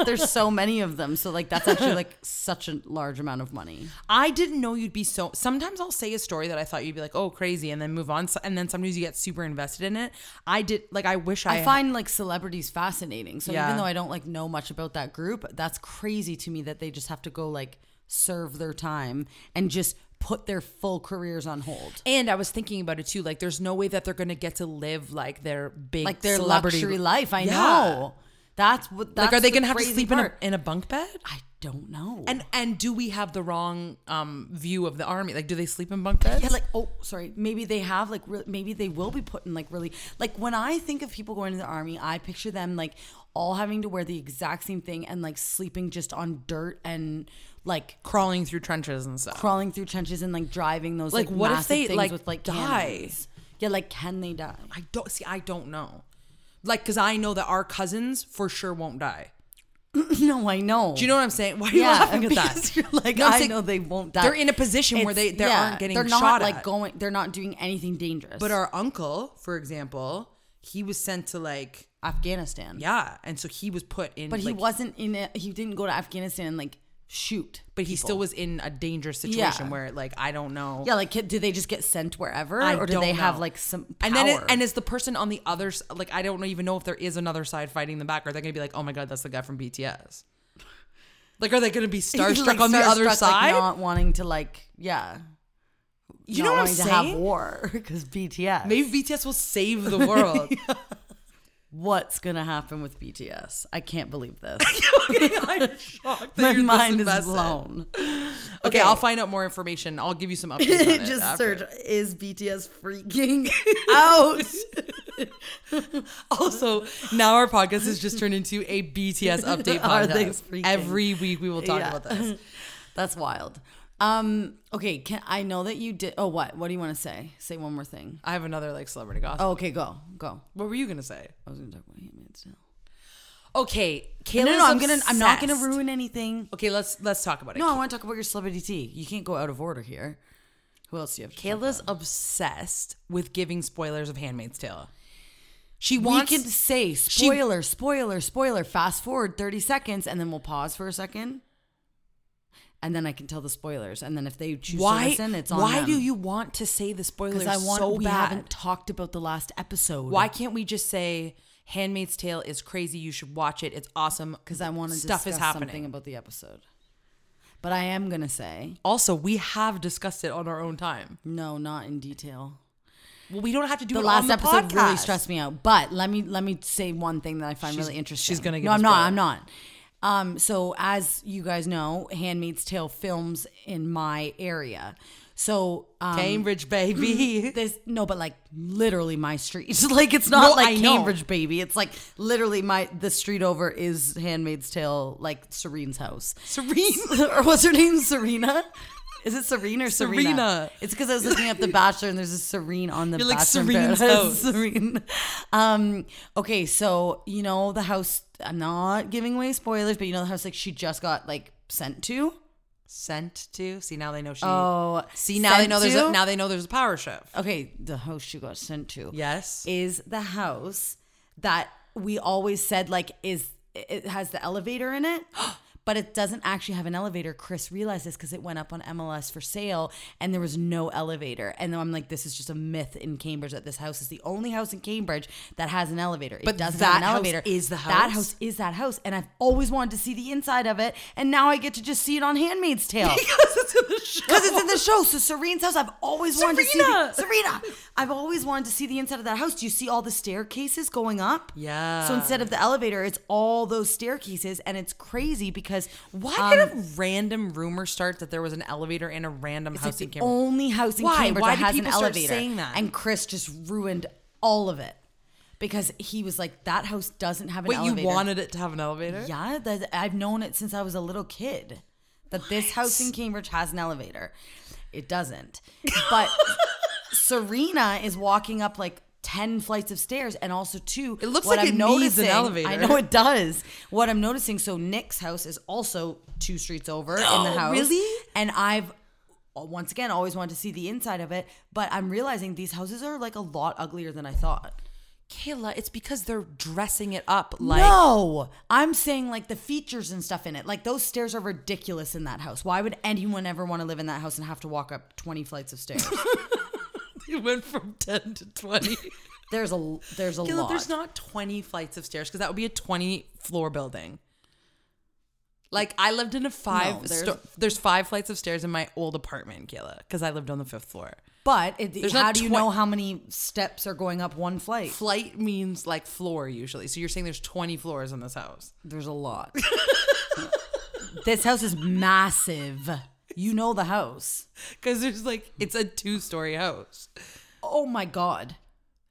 there's so many of them, so like that's actually like such a large amount of money. I didn't know you'd be so. Sometimes I'll say a story that I thought you'd be like, "Oh, crazy," and then move on. So- And then sometimes you get super invested in it. I did. Like, I wish I. I find like celebrities fascinating. So Yeah. even though I don't like know much about that group, that's crazy to me that they just have to go like serve their time and just put their full careers on hold. and I was thinking about it too. Like, there's no way that they're gonna get to live like their big Like their celebrity- luxury life. I Yeah. know. That's what that's Like, are they the gonna have to crazy sleep part. in a in a bunk bed? I don't know. And and do we have the wrong um view of the army? Like, do they sleep in bunk beds? Yeah, like oh, sorry. Maybe they have like re- maybe they will be put in like really like when I think of people going to the army, I picture them like all having to wear the exact same thing and like sleeping just on dirt and like crawling through trenches and stuff. crawling through trenches and like driving those Like, like, what if massive they, things like, with like die? cannons. Yeah, like can they die? I don't see. I don't know. Like, cause I know that our cousins for sure won't die. No, I know. Do you know what I'm saying? Why are you yeah, laughing at that? because You're like No, I'm I saying know they won't die. They're in a position where they, they yeah, aren't getting They're not shot like at. going. They're not doing anything dangerous. But our uncle, for example, he was sent to like Afghanistan. yeah, and so he was put in. but he like- wasn't in. A, he didn't go to Afghanistan and like shoot. But he still was in a dangerous Yeah. situation where like I don't know. Yeah, like do they just get sent wherever, I or do don't they have know. like some power? And then, it, and is the person on the other s- like I don't even know if there is another side fighting them back? Are they gonna be like, oh my god, that's the guy from BTS? Like, are they gonna be starstruck Like, on the other starstruck, like, side? not wanting to like, yeah, you not know what I'm wanting to have saying? war because BTS. Maybe BTS will save the world. what's gonna happen with BTS? I can't believe this. I'm shocked that My you're this mind is invested. blown. Okay, I'll find out more information. I'll give you some updates. On it Just after. search is BTS freaking out. Also, now our podcast has just turned into a BTS update Are they podcast. freaking- Every week we will talk Yeah. about this. That's wild. Um, okay, can I know that you did? Oh, what? What do you want to say? Say one more thing. I have another like celebrity gossip. Oh, okay, go, go. What were you gonna say? I was gonna talk about Handmaid's Tale. Okay, Kayla. No, no, no, I'm gonna. I'm not gonna ruin anything. Okay, let's let's talk about it. No, I want to talk about your celebrity tea. You can't go out of order here. Who else do you have? To talk Kayla's obsessed with giving spoilers of Handmaid's Tale. She We wants. can say spoiler, spoiler, spoiler. Fast forward 30 seconds and then we'll pause for a second. And then I can tell the spoilers. And then if they choose to why? listen, it's on Why do you want to say the spoilers Because I want, so we bad? haven't talked about the last episode. Why can't we just say Handmaid's Tale is crazy? You should watch it. It's awesome. Because I want to stuff discuss is happening. something about the episode. But I am going to say, also, we have discussed it on our own time. no, not in detail. Well, we don't have to do the it last on the episode podcast. really stressed me out. But let me let me say one thing that I find She's- really interesting. she's gonna give no, us I'm not. spoilers. I'm not. Um, so as you guys know, Handmaid's Tale films in my area. So um, Cambridge, baby. This no, but like literally my street. like it's not No, like I know. Cambridge, baby. It's like literally my the street over is Handmaid's Tale, like Serene's house. Serene or what's her name? Serena. Is it Serene or Serena? Serena. It's because I was looking up The Bachelor and there's a Serene on The You're like, Bachelor. in Serene's Paradise. house. Serene. Um, okay, so you know the house. I'm not giving away spoilers, but you know the house like she just got like sent to. Sent to. See now they know she. Oh, see now they sent know there's to? a, now they know there's a power shift. Okay, the house she got sent to. Yes. is the house that we always said like is it has the elevator in it but it doesn't actually have an elevator chris realized this because it went up on mls for sale and there was no elevator and then i'm like this is just a myth in cambridge that this house is the only house in cambridge that has an elevator But it doesn't that have an house elevator is the that house? house is that house and i've always wanted to see the inside of it and now i get to just see it on handmaid's tale it's in the show. because it's in the show. So Serene's house, I've always wanted to see the, Serena! Serena. I've always wanted to see the inside of that house. Do you see all the staircases going up? Yeah. So instead of the elevator, it's all those staircases, and it's crazy because Why um, could a random rumor start that there was an elevator in a random it's house like in the Cambridge? only house in Why? Cambridge Why that do has an people start elevator? saying that? And Chris just ruined all of it because he was like, "That house doesn't have an Wait, elevator." you wanted it to have an elevator? Yeah, that I've known it since I was a little kid. That this house in Cambridge has an elevator. It doesn't. But Serena is walking up like 10 flights of stairs and also two It looks what like I'm it needs an noticing- elevator. i know it does what i'm noticing so nick's house is also two streets over in the house Oh, really? and i've uh, once again always wanted to see the inside of it but i'm realizing these houses are like a lot uglier than i thought Kayla, it's because they're dressing it up like no, I'm saying like the features and stuff in it. Like those stairs are ridiculous in that house. Why would anyone ever want to live in that house and have to walk up 20 flights of stairs? it went from 10 to 20. there's a there's a Kayla, lot. there's not 20 flights of stairs because that would be a 20 floor building. Like I lived in a five. No, there's, there's- there's five flights of stairs in my old apartment, Kayla, because I lived on the fifth floor. but it, There's how not do you twen- know how many steps are going up one flight? Flight means like floor usually. So you're saying there's 20 floors in this house. There's a lot. this house is massive. You know the house. Because there's like it's a two story house. Oh my god.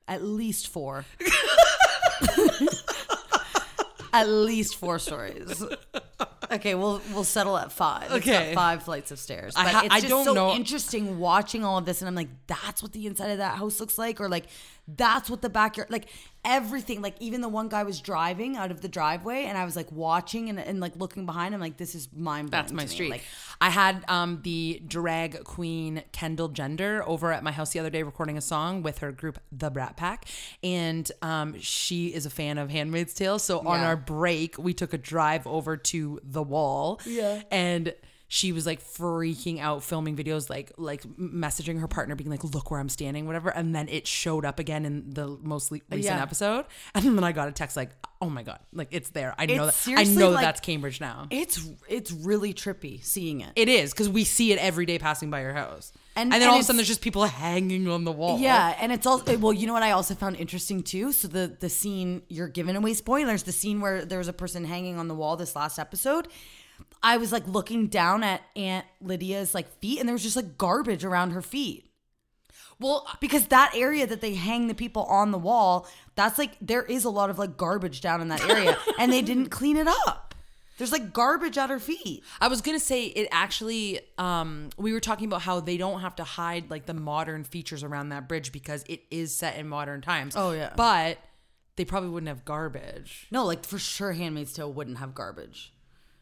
At least 4. at least 4 stories. Okay, we'll we'll settle at 5. It's got Okay. 5 flights of stairs. I But ha- it's I just don't so know- interesting watching all of this and I'm like that's what the inside of that house looks like or like that's what the backyard like everything like even the one guy was driving out of the driveway and I was like watching and, and like looking behind him like this is mind blowing. That's my street. I had um, the drag queen Kendall Gender over at my house the other day recording a song with her group The Brat Pack, and um, she is a fan of Handmaid's Tale. So on Yeah. our break, we took a drive over to the Wall. Yeah, and. She was like freaking out, filming videos, like like messaging her partner, being like, "Look where I'm standing, whatever." And then it showed up again in the most le- recent Yeah. episode. And then I got a text like, "Oh my god, like it's there. I know It's that. I seriously, know like- that's Cambridge now." It's it's really trippy seeing it. It is because we see it every day passing by your house, And- and, then and all of a sudden it's- there's just people hanging on the wall. Yeah, and it's also well, you know what I also found interesting too. So the the scene you're giving away spoilers. The scene where there was a person hanging on the wall this last episode. I was like looking down at Aunt Lydia's like feet, and there was just like garbage around her feet. Well, Because that area that they hang the people on the wall, that's like there is a lot of like garbage down in that area, and they didn't clean it up. There's like garbage at her feet. I was gonna say it actually. Um, we were talking about how they don't have to hide like the modern features around that bridge because it is set in modern times. Oh, yeah. but they probably wouldn't have garbage. No, like for sure, Handmaid's Tale wouldn't have garbage.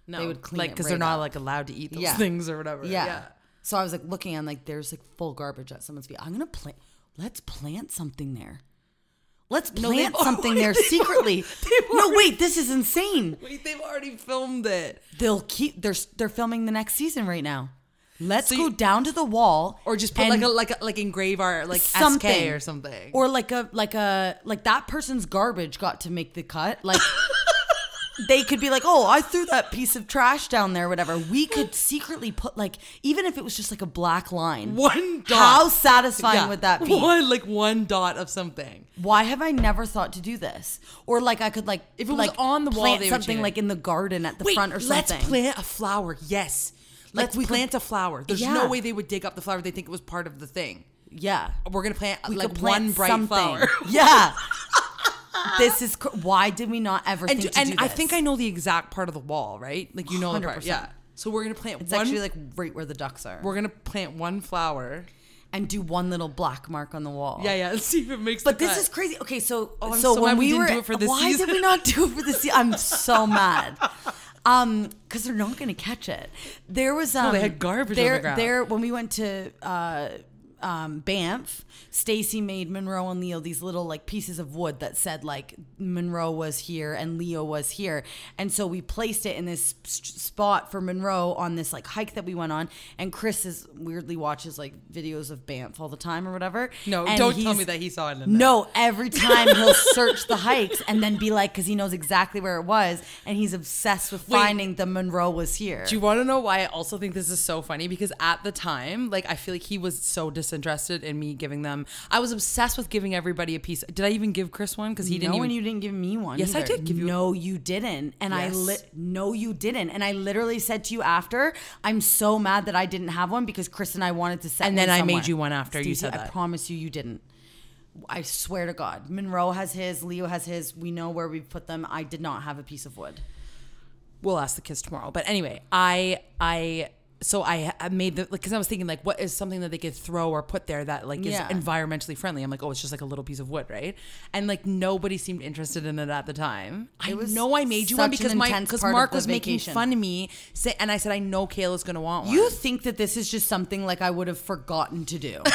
No, They would clean like it they're right not up. like allowed to eat those Yeah. things or whatever. Yeah. So I was like looking and like there's like full garbage at someone's feet. I'm gonna plant. Let's plant something there. Let's plant something there secretly. No, wait, this is insane. Wait, they've already filmed it. They'll keep. They're they're filming the next season right now. Let's So go you- down to the wall, Or just put and like a like a, like engrave art like SK or something. or like a like a like that person's garbage got to make the cut. Like they could be like, oh, I threw that piece of trash down there, whatever. We could secretly put like even if it was just like a black line. one dot. How satisfying Yeah. would that be? One like one dot of something. Why have I never thought to do this? Or like I could like If it was like on the wall, plant they would something change. like in the garden at the Wait, front or something. Let's plant a flower. Yes. Like, let's we could- plant a flower. There's Yeah. no way they would dig up the flower. They think it was part of the thing. yeah, We're gonna plant we like could plant one bright something. flower. Yeah, this is cr- why did we not ever and think to and do I this? think I know the exact part of the wall, right? Like you know the part. 100%. Yeah. So we're gonna plant It's one. actually like right where the ducks are, we're gonna plant one flower. and do one little black mark on the wall. Yeah, yeah. Let's see if it makes. But the this cut. is crazy. Okay, so oh, I'm so, so when mad we we, didn't were do it for this why season. did we not do it for the season? I'm so mad. Um, because they're not gonna catch it. There was um, they had garbage on there. the ground. There when we went to uh, um, Banff, Stacy made Monroe and Leo these little like pieces of wood that said like Monroe was here and Leo was here, and so we placed it in this s- spot for Monroe on this like hike that we went on. And Chris is weirdly watches like videos of Banff all the time or whatever. No, And don't tell he's- me that he saw it. In no, every time he'll search the hikes and then be like, because he knows exactly where it was, and he's obsessed with Wait. finding the Monroe was here. Do you want to know why I also think this is so funny? Because at the time, like I feel like he was so disinterested in me giving them. I was obsessed with giving everybody a piece. Did I even give Chris one? Because he didn't. no, even, and you didn't give me one. Yes, I either. did give you- No, you didn't. And I Yes. lit. No, you didn't. And I literally said to you after, I'm so mad that I didn't have one because Chris and I wanted to set. And then one I made somewhere. you one after you Stacey, said I that. promise you, you didn't. I swear to God, Monroe has his, Leo has his. We know where we put them. I did not have a piece of wood. we'll ask the kids tomorrow. But anyway, I I so I, I made the because I was thinking like, what is something that they could throw or put there that like is Yeah. environmentally friendly? I'm like, oh, it's just like a little piece of wood, right? And like nobody seemed interested in it at the time. I was know I made you one such an because my intense because part of Mark the was making vacation. fun of me, say, and I said I know Kayla's gonna want one. You think that this is just something like I would have forgotten to do.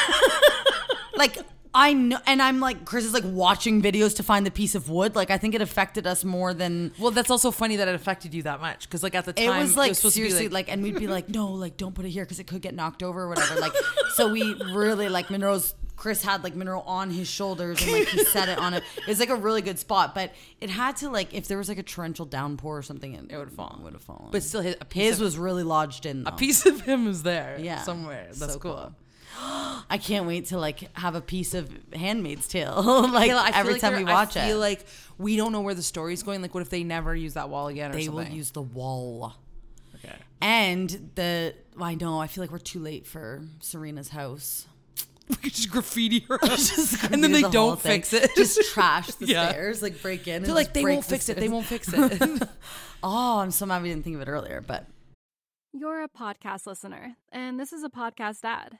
like I know and I'm like Chris is like watching videos to find the piece of wood. Like I think it affected us more than well, that's also funny that it affected you that much because like at the time it was like supposed to be, seriously like, and we'd be like no like don't put it here because it could get knocked over or whatever like so we really like Monroe's Chris had like Monroe on his shoulders and like he set it on it it was like a really good spot but it had to like if there was like a torrential downpour or something it, would have fallen would have fallen but still his, a piece his of, was really lodged in though. a piece of him is there Yeah. somewhere. That's So cool. cool. I can't wait to like have a piece of Handmaid's Tale like Kayla, I feel every like time they're- we watch I it feel like we don't know where the story's going. Like, what if they never use that wall again? Or they will something? use the wall and the I know I feel like we're too late for Serena's house. We could just graffiti her. and then they don't fix it. Just trash the Yeah. stairs, like break in. They're and like, just they break won't the fix it. They stairs. won't fix it. Oh, I'm so mad we didn't think of it earlier, but You're a podcast listener, and this is a podcast ad.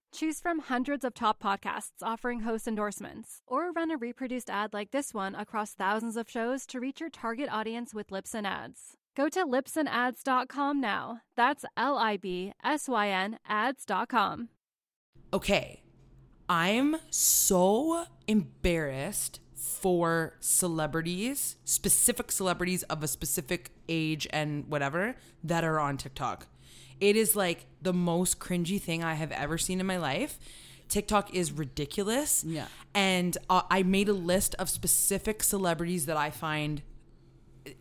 Choose from hundreds of top podcasts offering host endorsements, or run a reproduced ad like this one across thousands of shows to reach your target audience with Lips and Ads. Go to lipsandads.com now. That's L I B S Y N ads.com. okay, I'm so embarrassed for celebrities, specific celebrities of a specific age and whatever that are on TikTok. It is like the most cringy thing I have ever seen in my life. TikTok is ridiculous. Yeah. And uh, I made a list of specific celebrities that I find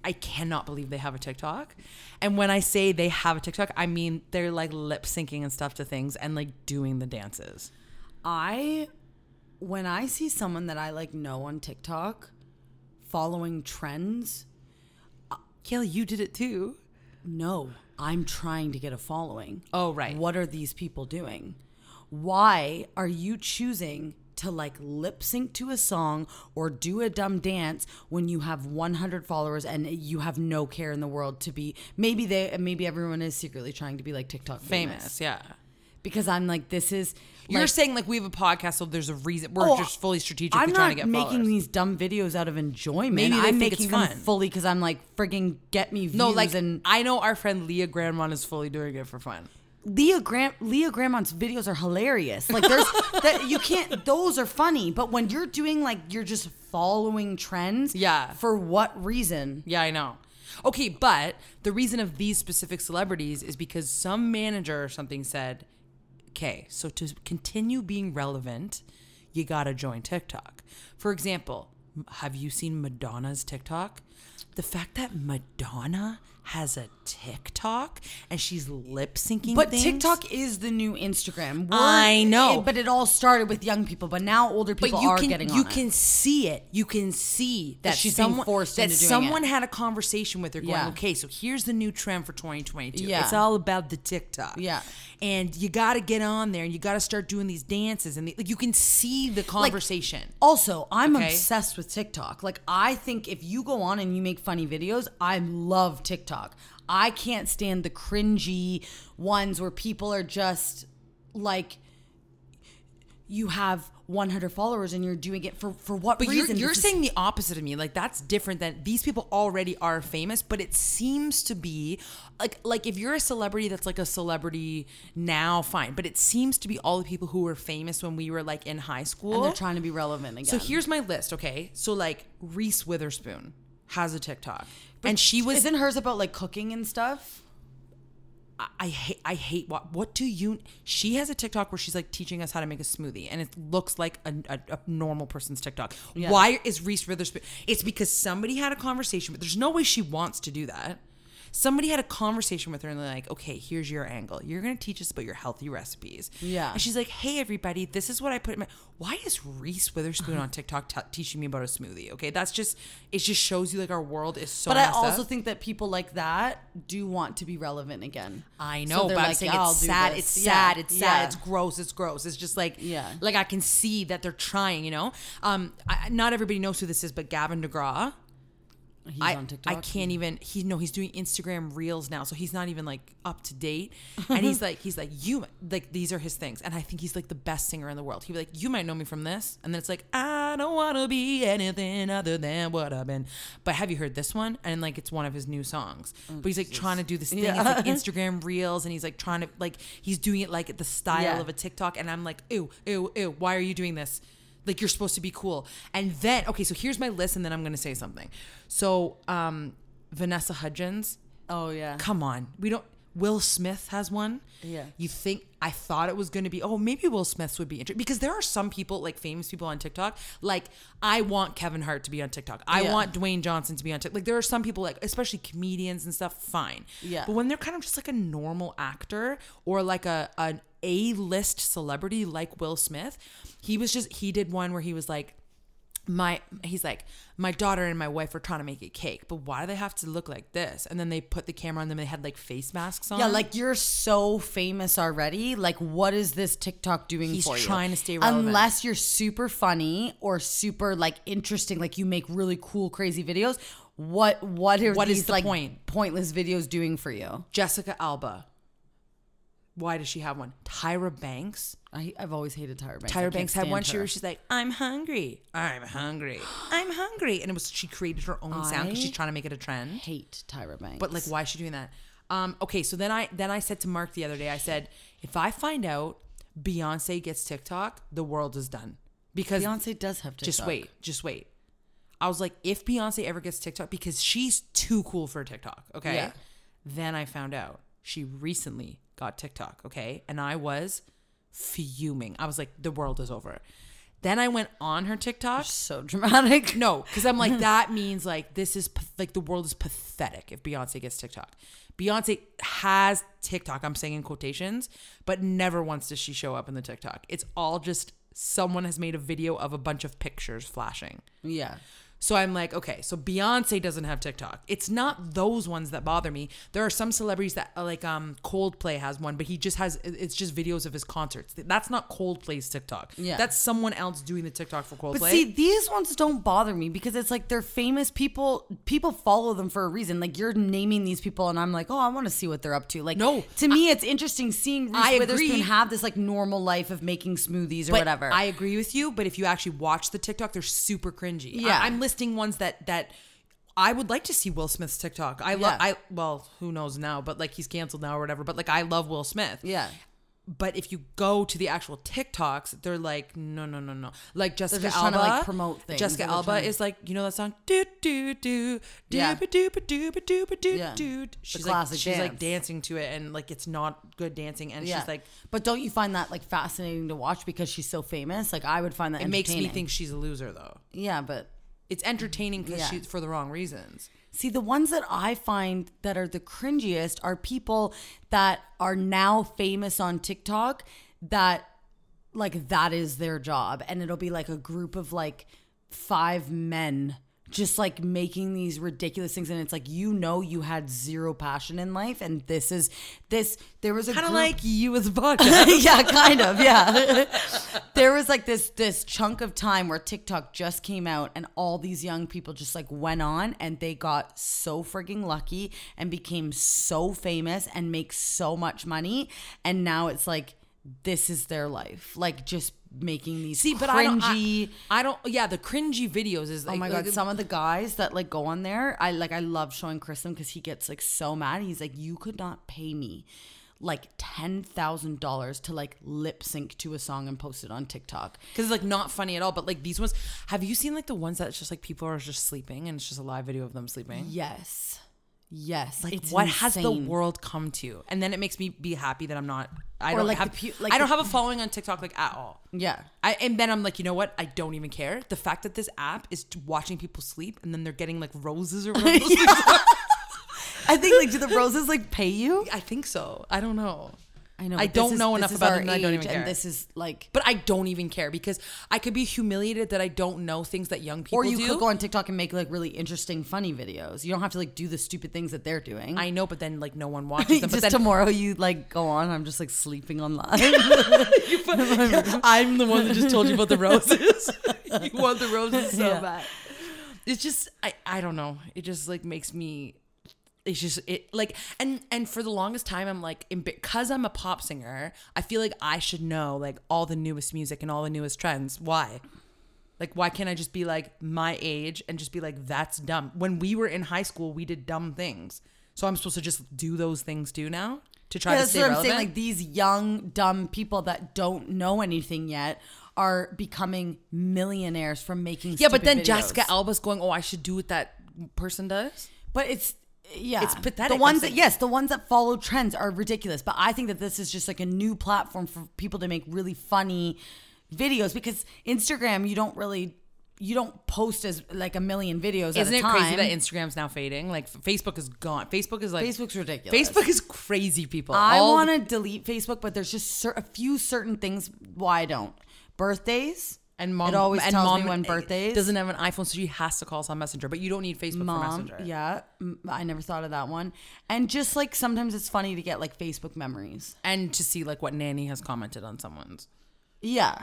I cannot believe they have a TikTok. And when I say they have a TikTok, I mean they're like lip syncing and stuff to things and like doing the dances. I when I see someone that I like know on TikTok following trends, uh, Kayla, you did it too. no, I'm trying to get a following. Oh, right. What are these people doing? Why are you choosing to like lip sync to a song or do a dumb dance when you have 100 followers and you have no care in the world to be maybe they maybe everyone is secretly trying to be like TikTok famous, Famous, yeah. because I'm like this is You're like, saying like we have a podcast, so there's a reason we're Oh, just fully strategically I'm trying not to get making followers. these dumb videos out of enjoyment. Maybe they I'm think making it's them fun. fully because I'm like frigging get me views no, like and I know our friend Leah Grandmon is fully doing it for fun. Leah Grant Leah Grandma's videos are hilarious. Like there's that you can't those are funny, but when you're doing like you're just following trends, Yeah. For what reason? Yeah, I know. Okay, but the reason of these specific celebrities is because some manager or something said, okay, so to continue being relevant, you gotta join TikTok. For example, m- have you seen Madonna's TikTok? The fact that Madonna has a TikTok and she's lip syncing, But things, TikTok is the new Instagram. I know. but it all started with young people, but now older people but you are can getting you on it. can see it. You can see that, That she's being someone forced that into doing someone it. had a conversation with her going, Yeah. okay, so here's the new trend for 2022. Yeah. It's all about the TikTok. Yeah. and you got to get on there and you got to start doing these dances and the, like you can see the conversation. Also, I'm Okay. obsessed with TikTok. Like, I think if you go on and you make funny videos, I love TikTok. I can't stand the cringy ones where people are just like, you have 100 followers and you're doing it for for what but you're, reason? you're This is- saying the opposite of me. Like that's different than these people already are famous, but it seems to be like like if you're a celebrity that's like a celebrity now, fine. But it seems to be all the people who were famous when we were like in high school. and they're trying to be relevant again. So here's my list, okay? So like Reese Witherspoon has a TikTok, and she was. isn't hers about like cooking and stuff? I, I hate. I hate what. What do you? She has a TikTok where she's like teaching us how to make a smoothie, and it looks like a, a, a normal person's TikTok. Why is Reese Witherspoon? It's because somebody had a conversation, but there's no way she wants to do that. Somebody had a conversation with her and they're like, okay, here's your angle. You're going to teach us about your healthy recipes. Yeah. And she's like, hey, everybody, this is what I put in my. Why is Reese Witherspoon on TikTok t- teaching me about a smoothie? Okay. That's just, it just shows you like our world is so But I messed also up. think that people like that do want to be relevant again. I So know, they're but I'm like, saying "Yeah, I'll it's do sad. this." It's Yeah, sad. It's sad. yeah. It's gross. It's gross. It's just like, Yeah. like I can see that they're trying. You know, um, I, not everybody knows who this is, but Gavin DeGraw. He's I, on TikTok. Hmm. I can't even. He no, he's doing Instagram reels now, so he's not even like up to date. And he's like, he's like you, like these are his things. And I think he's like the best singer in the world. He'd be like, you might know me from this, and then it's like, I don't want to be anything other than what I've been. But have you heard this one? And like, it's one of his new songs. Oh, but he's like trying to do this thing. It's like Instagram reels, and he's like trying to like he's doing it like the style Yeah. of a TikTok. And I'm like, ew, ew, ew. Why are you doing this? like you're supposed to be cool. And then okay, so here's my list, and then I'm gonna say something. So um, Vanessa Hudgens, Oh yeah. come on, we don't. Will Smith has one. Yeah. You think I thought it was going to be? Oh, maybe Will Smith's would be interesting because there are some people like famous people on TikTok. Like I want Kevin Hart to be on TikTok. I Yeah. want Dwayne Johnson to be on TikTok. Like there are some people like especially comedians and stuff. Fine. Yeah. But when they're kind of just like a normal actor or like a an A list celebrity like Will Smith, he was just he did one where he was like my he's like my daughter and my wife were trying to make a cake but why do they have to look like this and then they put the camera on them and they had like face masks on Yeah, like you're so famous already. Like, what is this TikTok doing He's for you? trying to stay relevant. Unless you're super funny or super like interesting, like you make really cool, crazy videos. What what are What is these, the like point? pointless videos doing for you? jessica alba why does she have one tyra banks I, I've always hated Tyra Banks. I tyra can't banks had one stand she her. was she's like i'm hungry i'm hungry i'm hungry and it was she created her own sound because I she's trying to make it a trend hate Tyra Banks. but like why is she doing that um okay so then i then i said to mark the other day i said if i find out beyonce gets tiktok the world is done because Beyonce does have to Just wait, just wait. I was like, if Beyonce ever gets TikTok, because she's too cool for TikTok, okay? Yeah. Then I found out she recently got TikTok, okay? And I was fuming. I was like, the world is over. Then I went on her TikTok. So dramatic. No, because I'm like, that means like this is pa- like the world is pathetic if Beyonce gets TikTok. Beyonce has TikTok, I'm saying in quotations, but never once does she show up in the TikTok. It's all just someone has made a video of a bunch of pictures flashing. Yeah. So I'm like, okay, so Beyonce doesn't have TikTok. It's not those ones that bother me. There are some celebrities that like um Coldplay has one, but he just has it's just videos of his concerts. That's not Coldplay's TikTok. Yeah. That's someone else doing the TikTok for Coldplay. But see, these ones don't bother me because it's like they're famous people. People follow them for a reason. Like you're naming these people, and I'm like, oh, I want to see what they're up to. Like, No, to me, it's interesting seeing Reese I Witherspoon agree. have this like normal life of making smoothies or But whatever. I agree with you, but if you actually watch the TikTok, they're super cringy. Yeah. I, am listing ones that that I would like to see Will Smith's TikTok. I love Yeah. I well, who knows now, but like he's canceled now or whatever, but like I love Will Smith. yeah, But if you go to the actual TikToks, they're like, no, no, no, no. Like Jessica just trying Alba, to, like, promote things. Jessica They're Alba trying to- is like, you know that song, do do do, do Yeah. ba do ba do ba do ba do Yeah. do. The She's like, classic she's like dance. dancing to it, and like it's not good dancing, and yeah. she's like, but don't you find that like fascinating to watch because she's so famous? Like I would find that it makes me entertaining. think she's a loser though. Yeah, but It's entertaining because Yeah. she's for the wrong reasons. See, the ones that I find that are the cringiest are people that are now famous on TikTok that like that is their job and it'll be like a group of like five men just like making these ridiculous things and it's like you know you had zero passion in life and this is this there was a Kind of group- like you as a podcast. yeah, kind of. Yeah. there was like this this chunk of time where TikTok just came out and all these young people just like went on and they got so frigging lucky and became so famous and make so much money and now it's like this is their life. Like just making these See, See, but cringy I don't. I, I don't. Yeah, the cringy videos is. Like, Oh my god! like, Some of the guys that like go on there, I like. I love showing Chris them because he gets like so mad. He's like, "You could not pay me like ten thousand dollars to like lip sync to a song and post it on TikTok." because it's like not funny at all. But like these ones, have you seen like the ones that's just like people are just sleeping and it's just a live video of them sleeping? Yes, yes. Like what has the world come to? And then it makes me be happy that I'm not. I Or, don't like, have. the pu- like, I don't the- have a following on TikTok like at all. Yeah. I, and then I'm like, you know what? I don't even care. The fact that this app is watching people sleep and then they're getting like roses or whatever. I think like do the roses like pay you? I think so. I don't know. I know. I but this don't is- know this enough is about our them. that I don't age, and even care. this is like but I don't even care because I could be humiliated that I don't know things that young people or you do. could go on TikTok and make like really interesting, funny videos. You don't have to like do the stupid things that they're doing. I know, but then like no one watches them. just but then tomorrow you like go on. I'm just like sleeping online. I'm the one that just told you about the roses. you want the roses so Yeah. bad. It's just I I don't know. It just like makes me. It's just it like and and for the longest time I'm like because I'm a pop singer I feel like I should know like all the newest music and all the newest trends. Why? Like why can't I just be like my age and just be like that's dumb? When we were in high school, we did dumb things. So I'm supposed to just do those things too now to try Yeah, to that's stay what I'm relevant. saying. Like these young, dumb people that don't know anything yet are becoming millionaires from making. Yeah, but stupid then videos. Jessica Alba's going, "Oh, I should do what that person does." But it's yeah, It's pathetic, The I'm ones that saying. yes, the ones that follow trends are ridiculous. But I think that this is just like a new platform for people to make really funny videos because Instagram, you don't really. You don't post as like a million videos at Isn't a it time. crazy that Instagram's now fading? Like f- Facebook is gone. Facebook is like Facebook's ridiculous. Facebook is crazy. People, I All want to delete Facebook, but there's just cer- a few certain things why I don't. Birthdays and mom It always and tells mom eh, me when birthdays. doesn't have an iPhone, so she has to call us on Messenger. But you don't need Facebook for Mom, Messenger. yeah, m- I never thought of that one. And just like sometimes it's funny to get like Facebook memories. and to see like what nanny has commented on someone's. Yeah,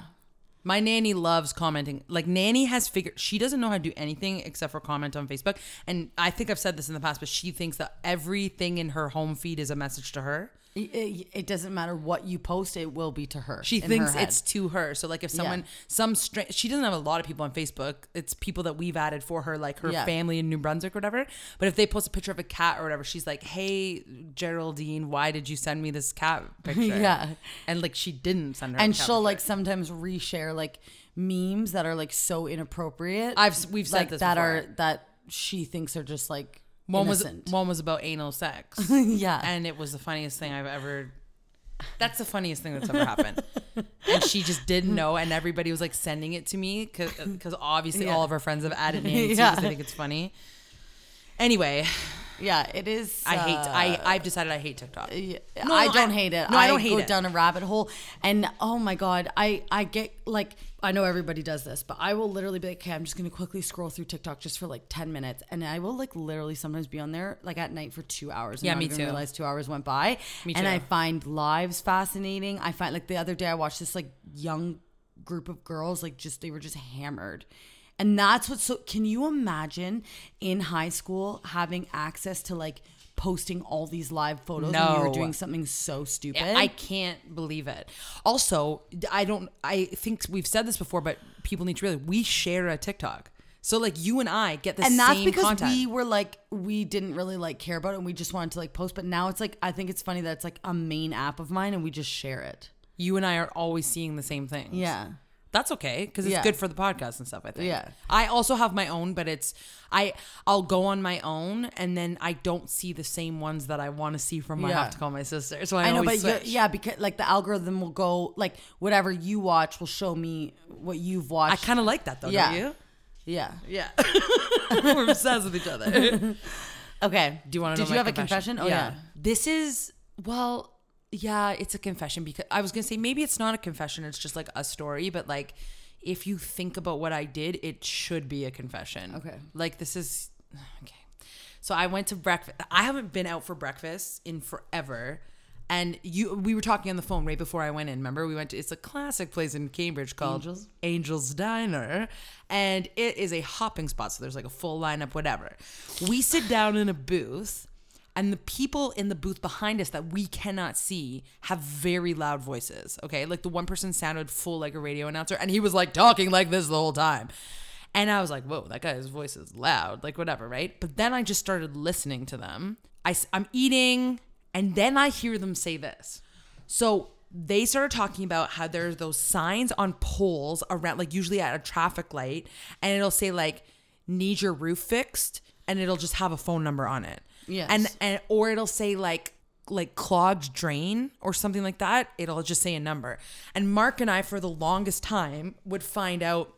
My nanny loves commenting. Like nanny has figured she doesn't know how to do anything except for comment on Facebook. And I think I've said this in the past, but she thinks that everything in her home feed is a message to her. I- I- it, doesn't matter what you post; it will be to her. She in her thinks head. it's to her. So like if someone some str- she doesn't have a lot of people on Facebook. It's people that we've added for her, like her Yeah. family in New Brunswick or whatever. But if they post a picture of a cat or whatever, she's like, "Hey Geraldine, why did you send me this cat picture?" Yeah. and like she didn't send her. a and cat she'll picture. like sometimes reshare like memes that are like so inappropriate. I've s- we've said like this that before. are that she thinks are just like one was innocent. one was about anal sex, yeah, and it was the funniest thing I've ever. That's the funniest thing that's ever happened. and she just didn't know, and everybody was like sending it to me because obviously all of her friends have added names Yeah. because they think it's funny. Anyway, yeah, it is. I hate. uh, I I've decided I hate TikTok. No, I no, don't I- hate it. no, I don't hate go it. down a rabbit hole, and oh my god, I I get like I know everybody does this, but I will literally be like, okay, I'm just gonna quickly scroll through TikTok just for like ten minutes, and I will like literally sometimes be on there like at night for two hours. And Yeah, not me even too. Realize two hours went by, Me and too. I find lives fascinating. I find like the other day I watched this like young group of girls like just they were just hammered. And that's what so can you imagine in high school having access to like posting all these live photos when you No. were doing something so stupid. I can't believe it. Also, I don't. I think we've said this before, but people need to realize we share a TikTok. So like you and I get the and same that's because content. we were like we didn't really like care about it and we just wanted to like post but now it's like I think it's funny that it's like a main app of mine and we just share it. you and I are always seeing the same things. Yeah. That's okay because it's Yeah. good for the podcast and stuff. I think. Yeah. I also have my own, but it's I I'll go on my own and then I don't see the same ones that I want to see from. I Yeah. have to call my sister, so I, I know but always you- switch. yeah because like the algorithm will go like whatever you watch will show me what you've watched. I kind of like that though. Yeah. Don't you? yeah. Yeah. We're obsessed with each other. Okay. Do you want to? Did know you my have a confession? Oh yeah. This is well, yeah. It's a confession because I was gonna say maybe it's not a confession. It's just like a story, but like if you think about what I did, it should be a confession. Okay. Like this is okay. So I went to breakfast. I haven't been out for breakfast in forever. And you, we were talking on the phone right before I went in. Remember, we went to it's a classic place in Cambridge called Angels, Diner, and it is a hopping spot. So there's like a full lineup, whatever. We sit down in a booth, and the people in the booth behind us that we cannot see have very loud voices. Okay. Like the one person sounded full like a radio announcer and he was like talking like this the whole time. And I was like, whoa, that guy's voice is loud, like whatever, right? But then I just started listening to them. I, am eating and then I hear them say this. So they started talking about how there's those signs on poles around, like usually at a traffic light, and it'll say like, need your roof fixed, and it'll just have a phone number on it. Yes. And and or it'll say like like clogged drain or something like that. It'll just say a number. And Mark and I for the longest time would find out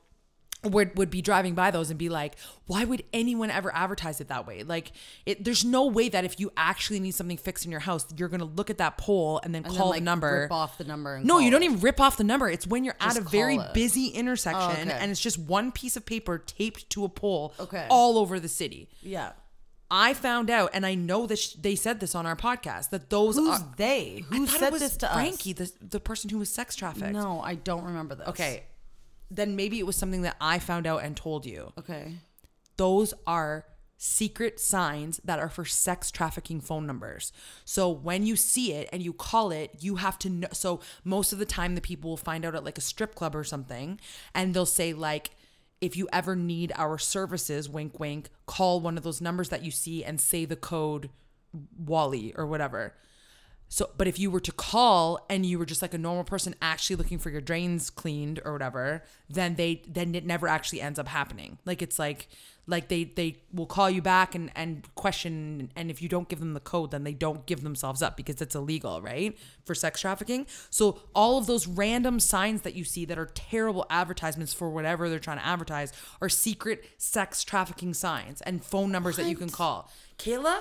would would be driving by those and be like, why would anyone ever advertise it that way? Like, it, there's no way that if you actually need something fixed in your house, you're gonna look at that poll and then And then, call like, the number. rip off the number and no, you call don't it. even rip off the number. It's when you're Just at a very call it. Oh, busy intersection okay. and it's just one piece of paper taped to a pole Okay. all over the city. Yeah. I found out, and I know that sh- they said this on our podcast that those Who's are, they? I Who thought it said was this to Frankie, us? the the person who was sex trafficked. No, I don't remember this. Okay. Then maybe it was something that I found out and told you. Okay. Those are secret signs that are for sex trafficking phone numbers. So when you see it and you call it, you have to know. So most of the time, the people will find out at like a strip club or something, and they'll say, like, if you ever need our services, wink, wink, call one of those numbers that you see and say the code Wally or whatever. So, but if you were to call and you were just like a normal person actually looking for your drains cleaned or whatever, then they then it never actually ends up happening. Like it's like like they they will call you back and and question and if you don't give them the code, then they don't give themselves up because it's illegal, right? For sex trafficking. So all of those random signs that you see that are terrible advertisements for whatever they're trying to advertise are secret sex trafficking signs and phone numbers that you can call. Kayla,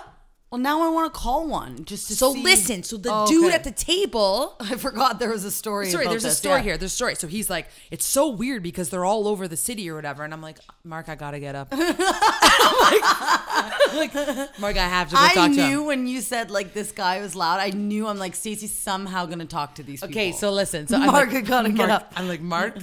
Well, now I want to call one just to so see- listen. So the Oh, dude okay. at the table. I forgot there was a story. Sorry, about there's a this, story yeah. here. There's a story. So he's like, it's so weird because they're all over the city or whatever. And I'm like, Mark, I gotta get up. I'm like, like, Mark, I have to go I talk to knew him. when you said like this guy was loud. I knew I'm like Stacey's somehow gonna talk to these people. Okay, so listen. So Mark, I'm like, I gotta get Mark- up. I'm like, Mark,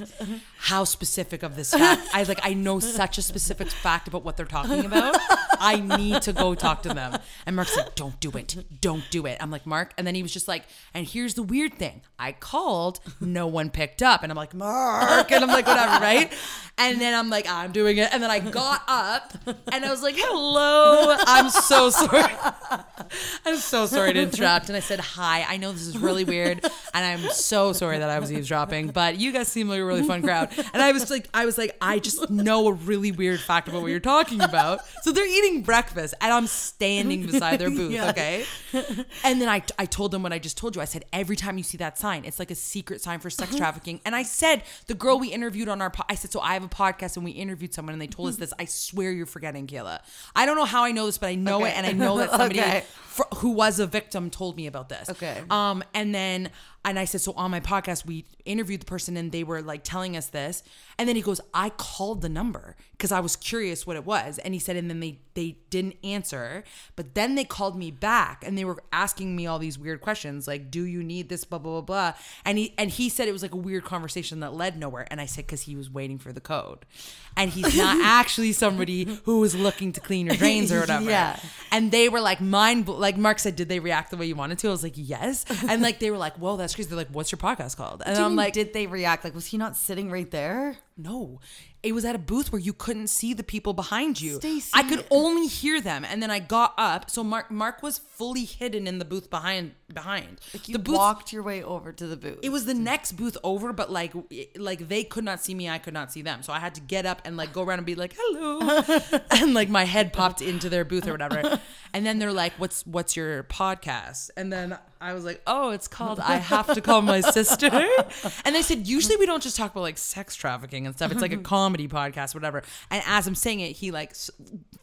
how specific of this fact? I like, I know such a specific fact about what they're talking about. I need to go talk to them. And Mark's like, don't do it, don't do it. I'm like, Mark, and then he was just like, and here's the weird thing. I called, no one picked up, and I'm like, Mark, and I'm like, whatever, right? And then I'm like, I'm doing it. And then I got up and I was like, hello. I'm so sorry. I'm so sorry to interrupt. And I said, Hi, I know this is really weird. And I'm so sorry that I was eavesdropping, but you guys seem like a really fun crowd. And I was like, I was like, I just know a really weird fact about what you're talking about. So they're eating breakfast and I'm standing beside their booth, okay? And then I, I told them what I just told you. I said, Every time you see that sign, it's like a secret sign for Uh-huh. sex trafficking. And I said, The girl we interviewed on our, po- I said, So I have a podcast and we interviewed someone and they told Mm-hmm. us this. I swear you're forgetting, Kayla. I don't know how I know this, but I know Okay. it. And I know that somebody Okay. fr- who was a victim told me about this. Okay. Um, and then and I said, so on my podcast, we interviewed the person and they were like telling us this. And then he goes, I called the number because I was curious what it was. And he said, and then they they didn't answer, but then they called me back and they were asking me all these weird questions, like, do you need this, blah, blah, blah, blah. And he and he said it was like a weird conversation that led nowhere. And I said, because he was waiting for the code. And he's not actually somebody who was looking to clean your drains or whatever. Yeah. And they were like mind, bl- like Mark said, did they react the way you wanted to? I was like, yes. And like they were like, whoa, that's crazy. They're like, what's your podcast called? And Do you I'm mean, like, did they react? Like, was he not sitting right there? no. It was at a booth where you couldn't see the people behind you. Stacey. I could only hear them. And then I got up. So Mark Mark was fully hidden in the booth behind behind. Like, you the booth walked your way over to the booth. it was the next booth over, but like it- like they could not see me, I could not see them. So I had to get up and like go around and be like, "Hello," and like my head popped into their booth or whatever. And then they're like, "What's what's your podcast?" And then I was like, "Oh, it's called I Have to Call My Sister." And they said, "Usually we don't just talk about like sex trafficking and stuff. It's like a comedy podcast, whatever." And as I'm saying it, he like s-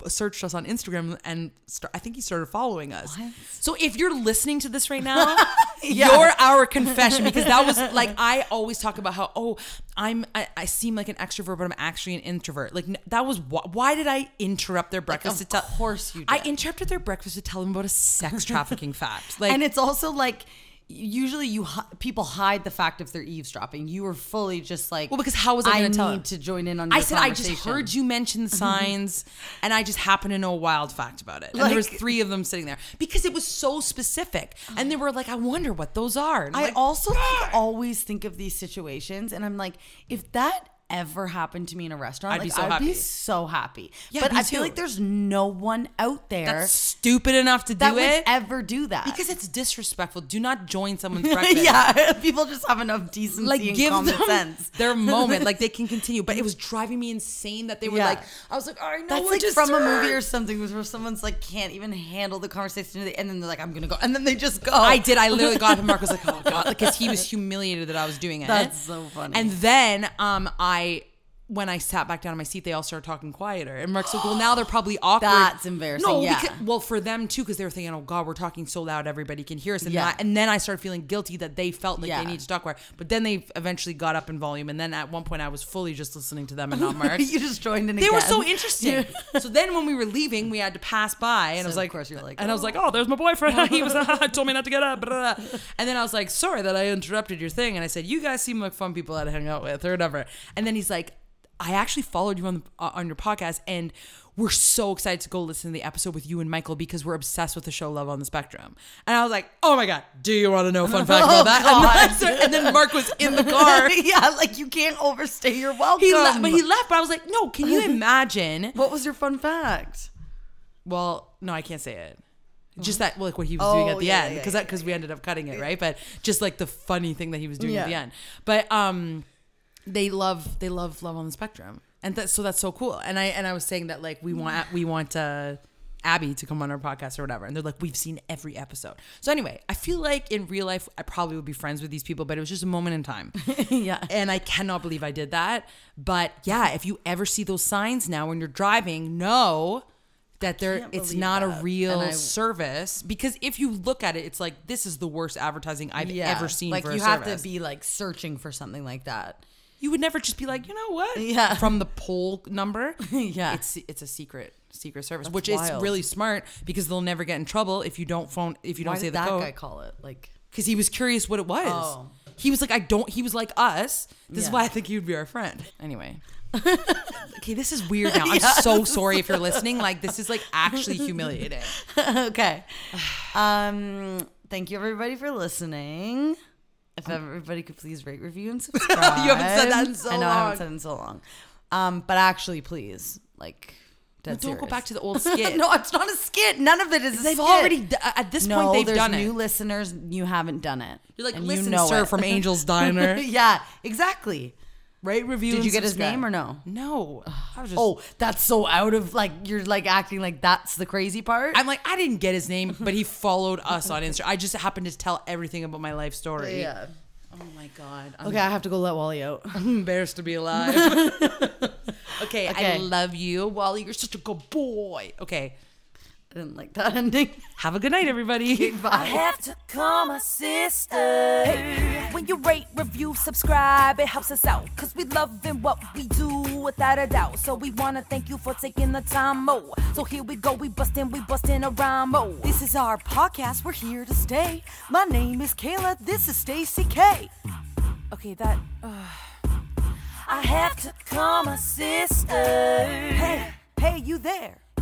searched us on Instagram and st- I think he started following us. So if you're listening to this right now, you're our confession because that was like I always talk about how oh I'm I, I seem like an extrovert but I'm actually an introvert. Like n- that was wh- why did I interrupt their breakfast of to tell? course you I did. interrupted their breakfast to tell them about a sex trafficking fact. Like and it's also like usually you hi- people hide the fact if they're eavesdropping. You were fully just like, Well, because how was I I gonna tell him? need to join in on? I your said I just conversation." Mm-hmm. heard you mention the signs, and I just happen to know a wild fact about it. And there was Like- Oh. three of them sitting there because it was so specific, and they were like, "I wonder what those are." And I'm I like, also like, always think of these situations, and I'm like, if that ever happened to me in a restaurant, I'd be like, so I'd happy. be so happy. Yeah, but me I feel too. like there's no one out there that's stupid enough to that do would it. ever do that because it's disrespectful. Do not join someone's breakfast. yeah, people just have enough decency Like and give common them sense. their moment, like they can continue. But it was driving me insane that they were Yeah. like, I was like, I know That's we're like just from a movie or something where someone's like can't even handle the conversation, and they- and then they're like, "I'm gonna go," and then they just go. I did. I literally got up and Mark was like, oh god, because he was humiliated that I was doing it. That's so funny. And then um I when I sat back down in my seat, they all started talking quieter. And Mark's like, well, now they're probably awkward. That's embarrassing, No, yeah. becau- well, for them too, because they were thinking, oh God, we're talking so loud, everybody can hear us. And, Yeah. that, and then I started feeling guilty that they felt like Yeah. they needed to talk more. But then they eventually got up in volume. And then at one point, I was fully just listening to them and not Mark. you just joined in They were so again. interesting. so then when we were leaving, we had to pass by, and I was of like, course you're like, and I was like, oh, there's my boyfriend. he was told me not to get up. blah, blah, blah." And then I was like, sorry that I interrupted your thing. And I said, you guys seem like fun people that I hang out with, or whatever. And then he's like, I actually followed you on the, uh, on your podcast, and we're so excited to go listen to the episode with you and Michael because we're obsessed with the show Love on the Spectrum. And I was like, oh my god, do you want to know a fun fact about that? Oh And then- and then Mark was in the car. yeah, like you can't overstay your welcome. He left, but he left. But I was like, no. Can you imagine? what was your fun fact? Well, no, I can't say it. Just that, like what he was doing Oh, at the yeah, end, yeah, because yeah, because we ended up cutting it, right? But just like the funny thing that he was doing at the Yeah. end. But um, they love they love love on the spectrum, and that, so that's so cool. And I and I was saying that like we want we want uh, Abby to come on our podcast or whatever, and they're like we've seen every episode. So anyway, I feel like in real life I probably would be friends with these people, but it was just a moment in time. yeah. And I cannot believe I did that. But yeah, if you ever see those signs now when you're driving, know that there it's believe not a that. real And I- service because if you look at it, it's like this is the worst advertising I've ever seen Like for a you have service. to be like searching for something like that. you would never just be like, you know what? Yeah. From the poll number. Yeah. It's it's a secret secret service, That's which is wild. really smart because they'll never get in trouble if you don't phone if you Why don't say did the that code guy call it? Like because he was curious what it was. Oh. He was like, I don't. He was like us. This is Yeah. why I think you'd be our friend. Anyway. okay, this is weird now. I'm so sorry if you're listening. Like, this is like actually humiliating. okay. Um, thank you everybody for listening. If everybody could please rate, review, and subscribe. Um, haven't said that in so I know, I long. haven't said it in so long. Um, but actually, please, like, dead Don't go serious. back to the old skit. no, it's not a skit. None of it is. A They've skit. already d- uh, at this point, No, they've there's done new it. listeners. You haven't done it. You're like, And listen, know sir, it." from Angel's Diner. yeah, exactly. Rate, review. Did and you get his subscribe. name or no? No. I was just. Oh, that's so out of like you're like acting like that's the crazy part. I'm like, I didn't get his name, but he followed us on Instagram. I just happened to tell everything about my life story. Oh my god. I'm Okay, I have to go let Wally out. embarrassed to be alive. okay, I Okay. love you, Wally. You're such a good boy. Okay, I didn't like that ending. have a good night, everybody. I have to call my sister. Hey, when you rate, review, subscribe, it helps us out. Cause we love in what we do without a doubt. So we wanna thank you for taking the time, mo. So here we go, we bustin', we bustin' a rhyme, mo. This is our podcast, we're here to stay. My name is Kayla, this is Stacy K. Okay, that. Uh... I have to call my sister. Hey, hey, you there.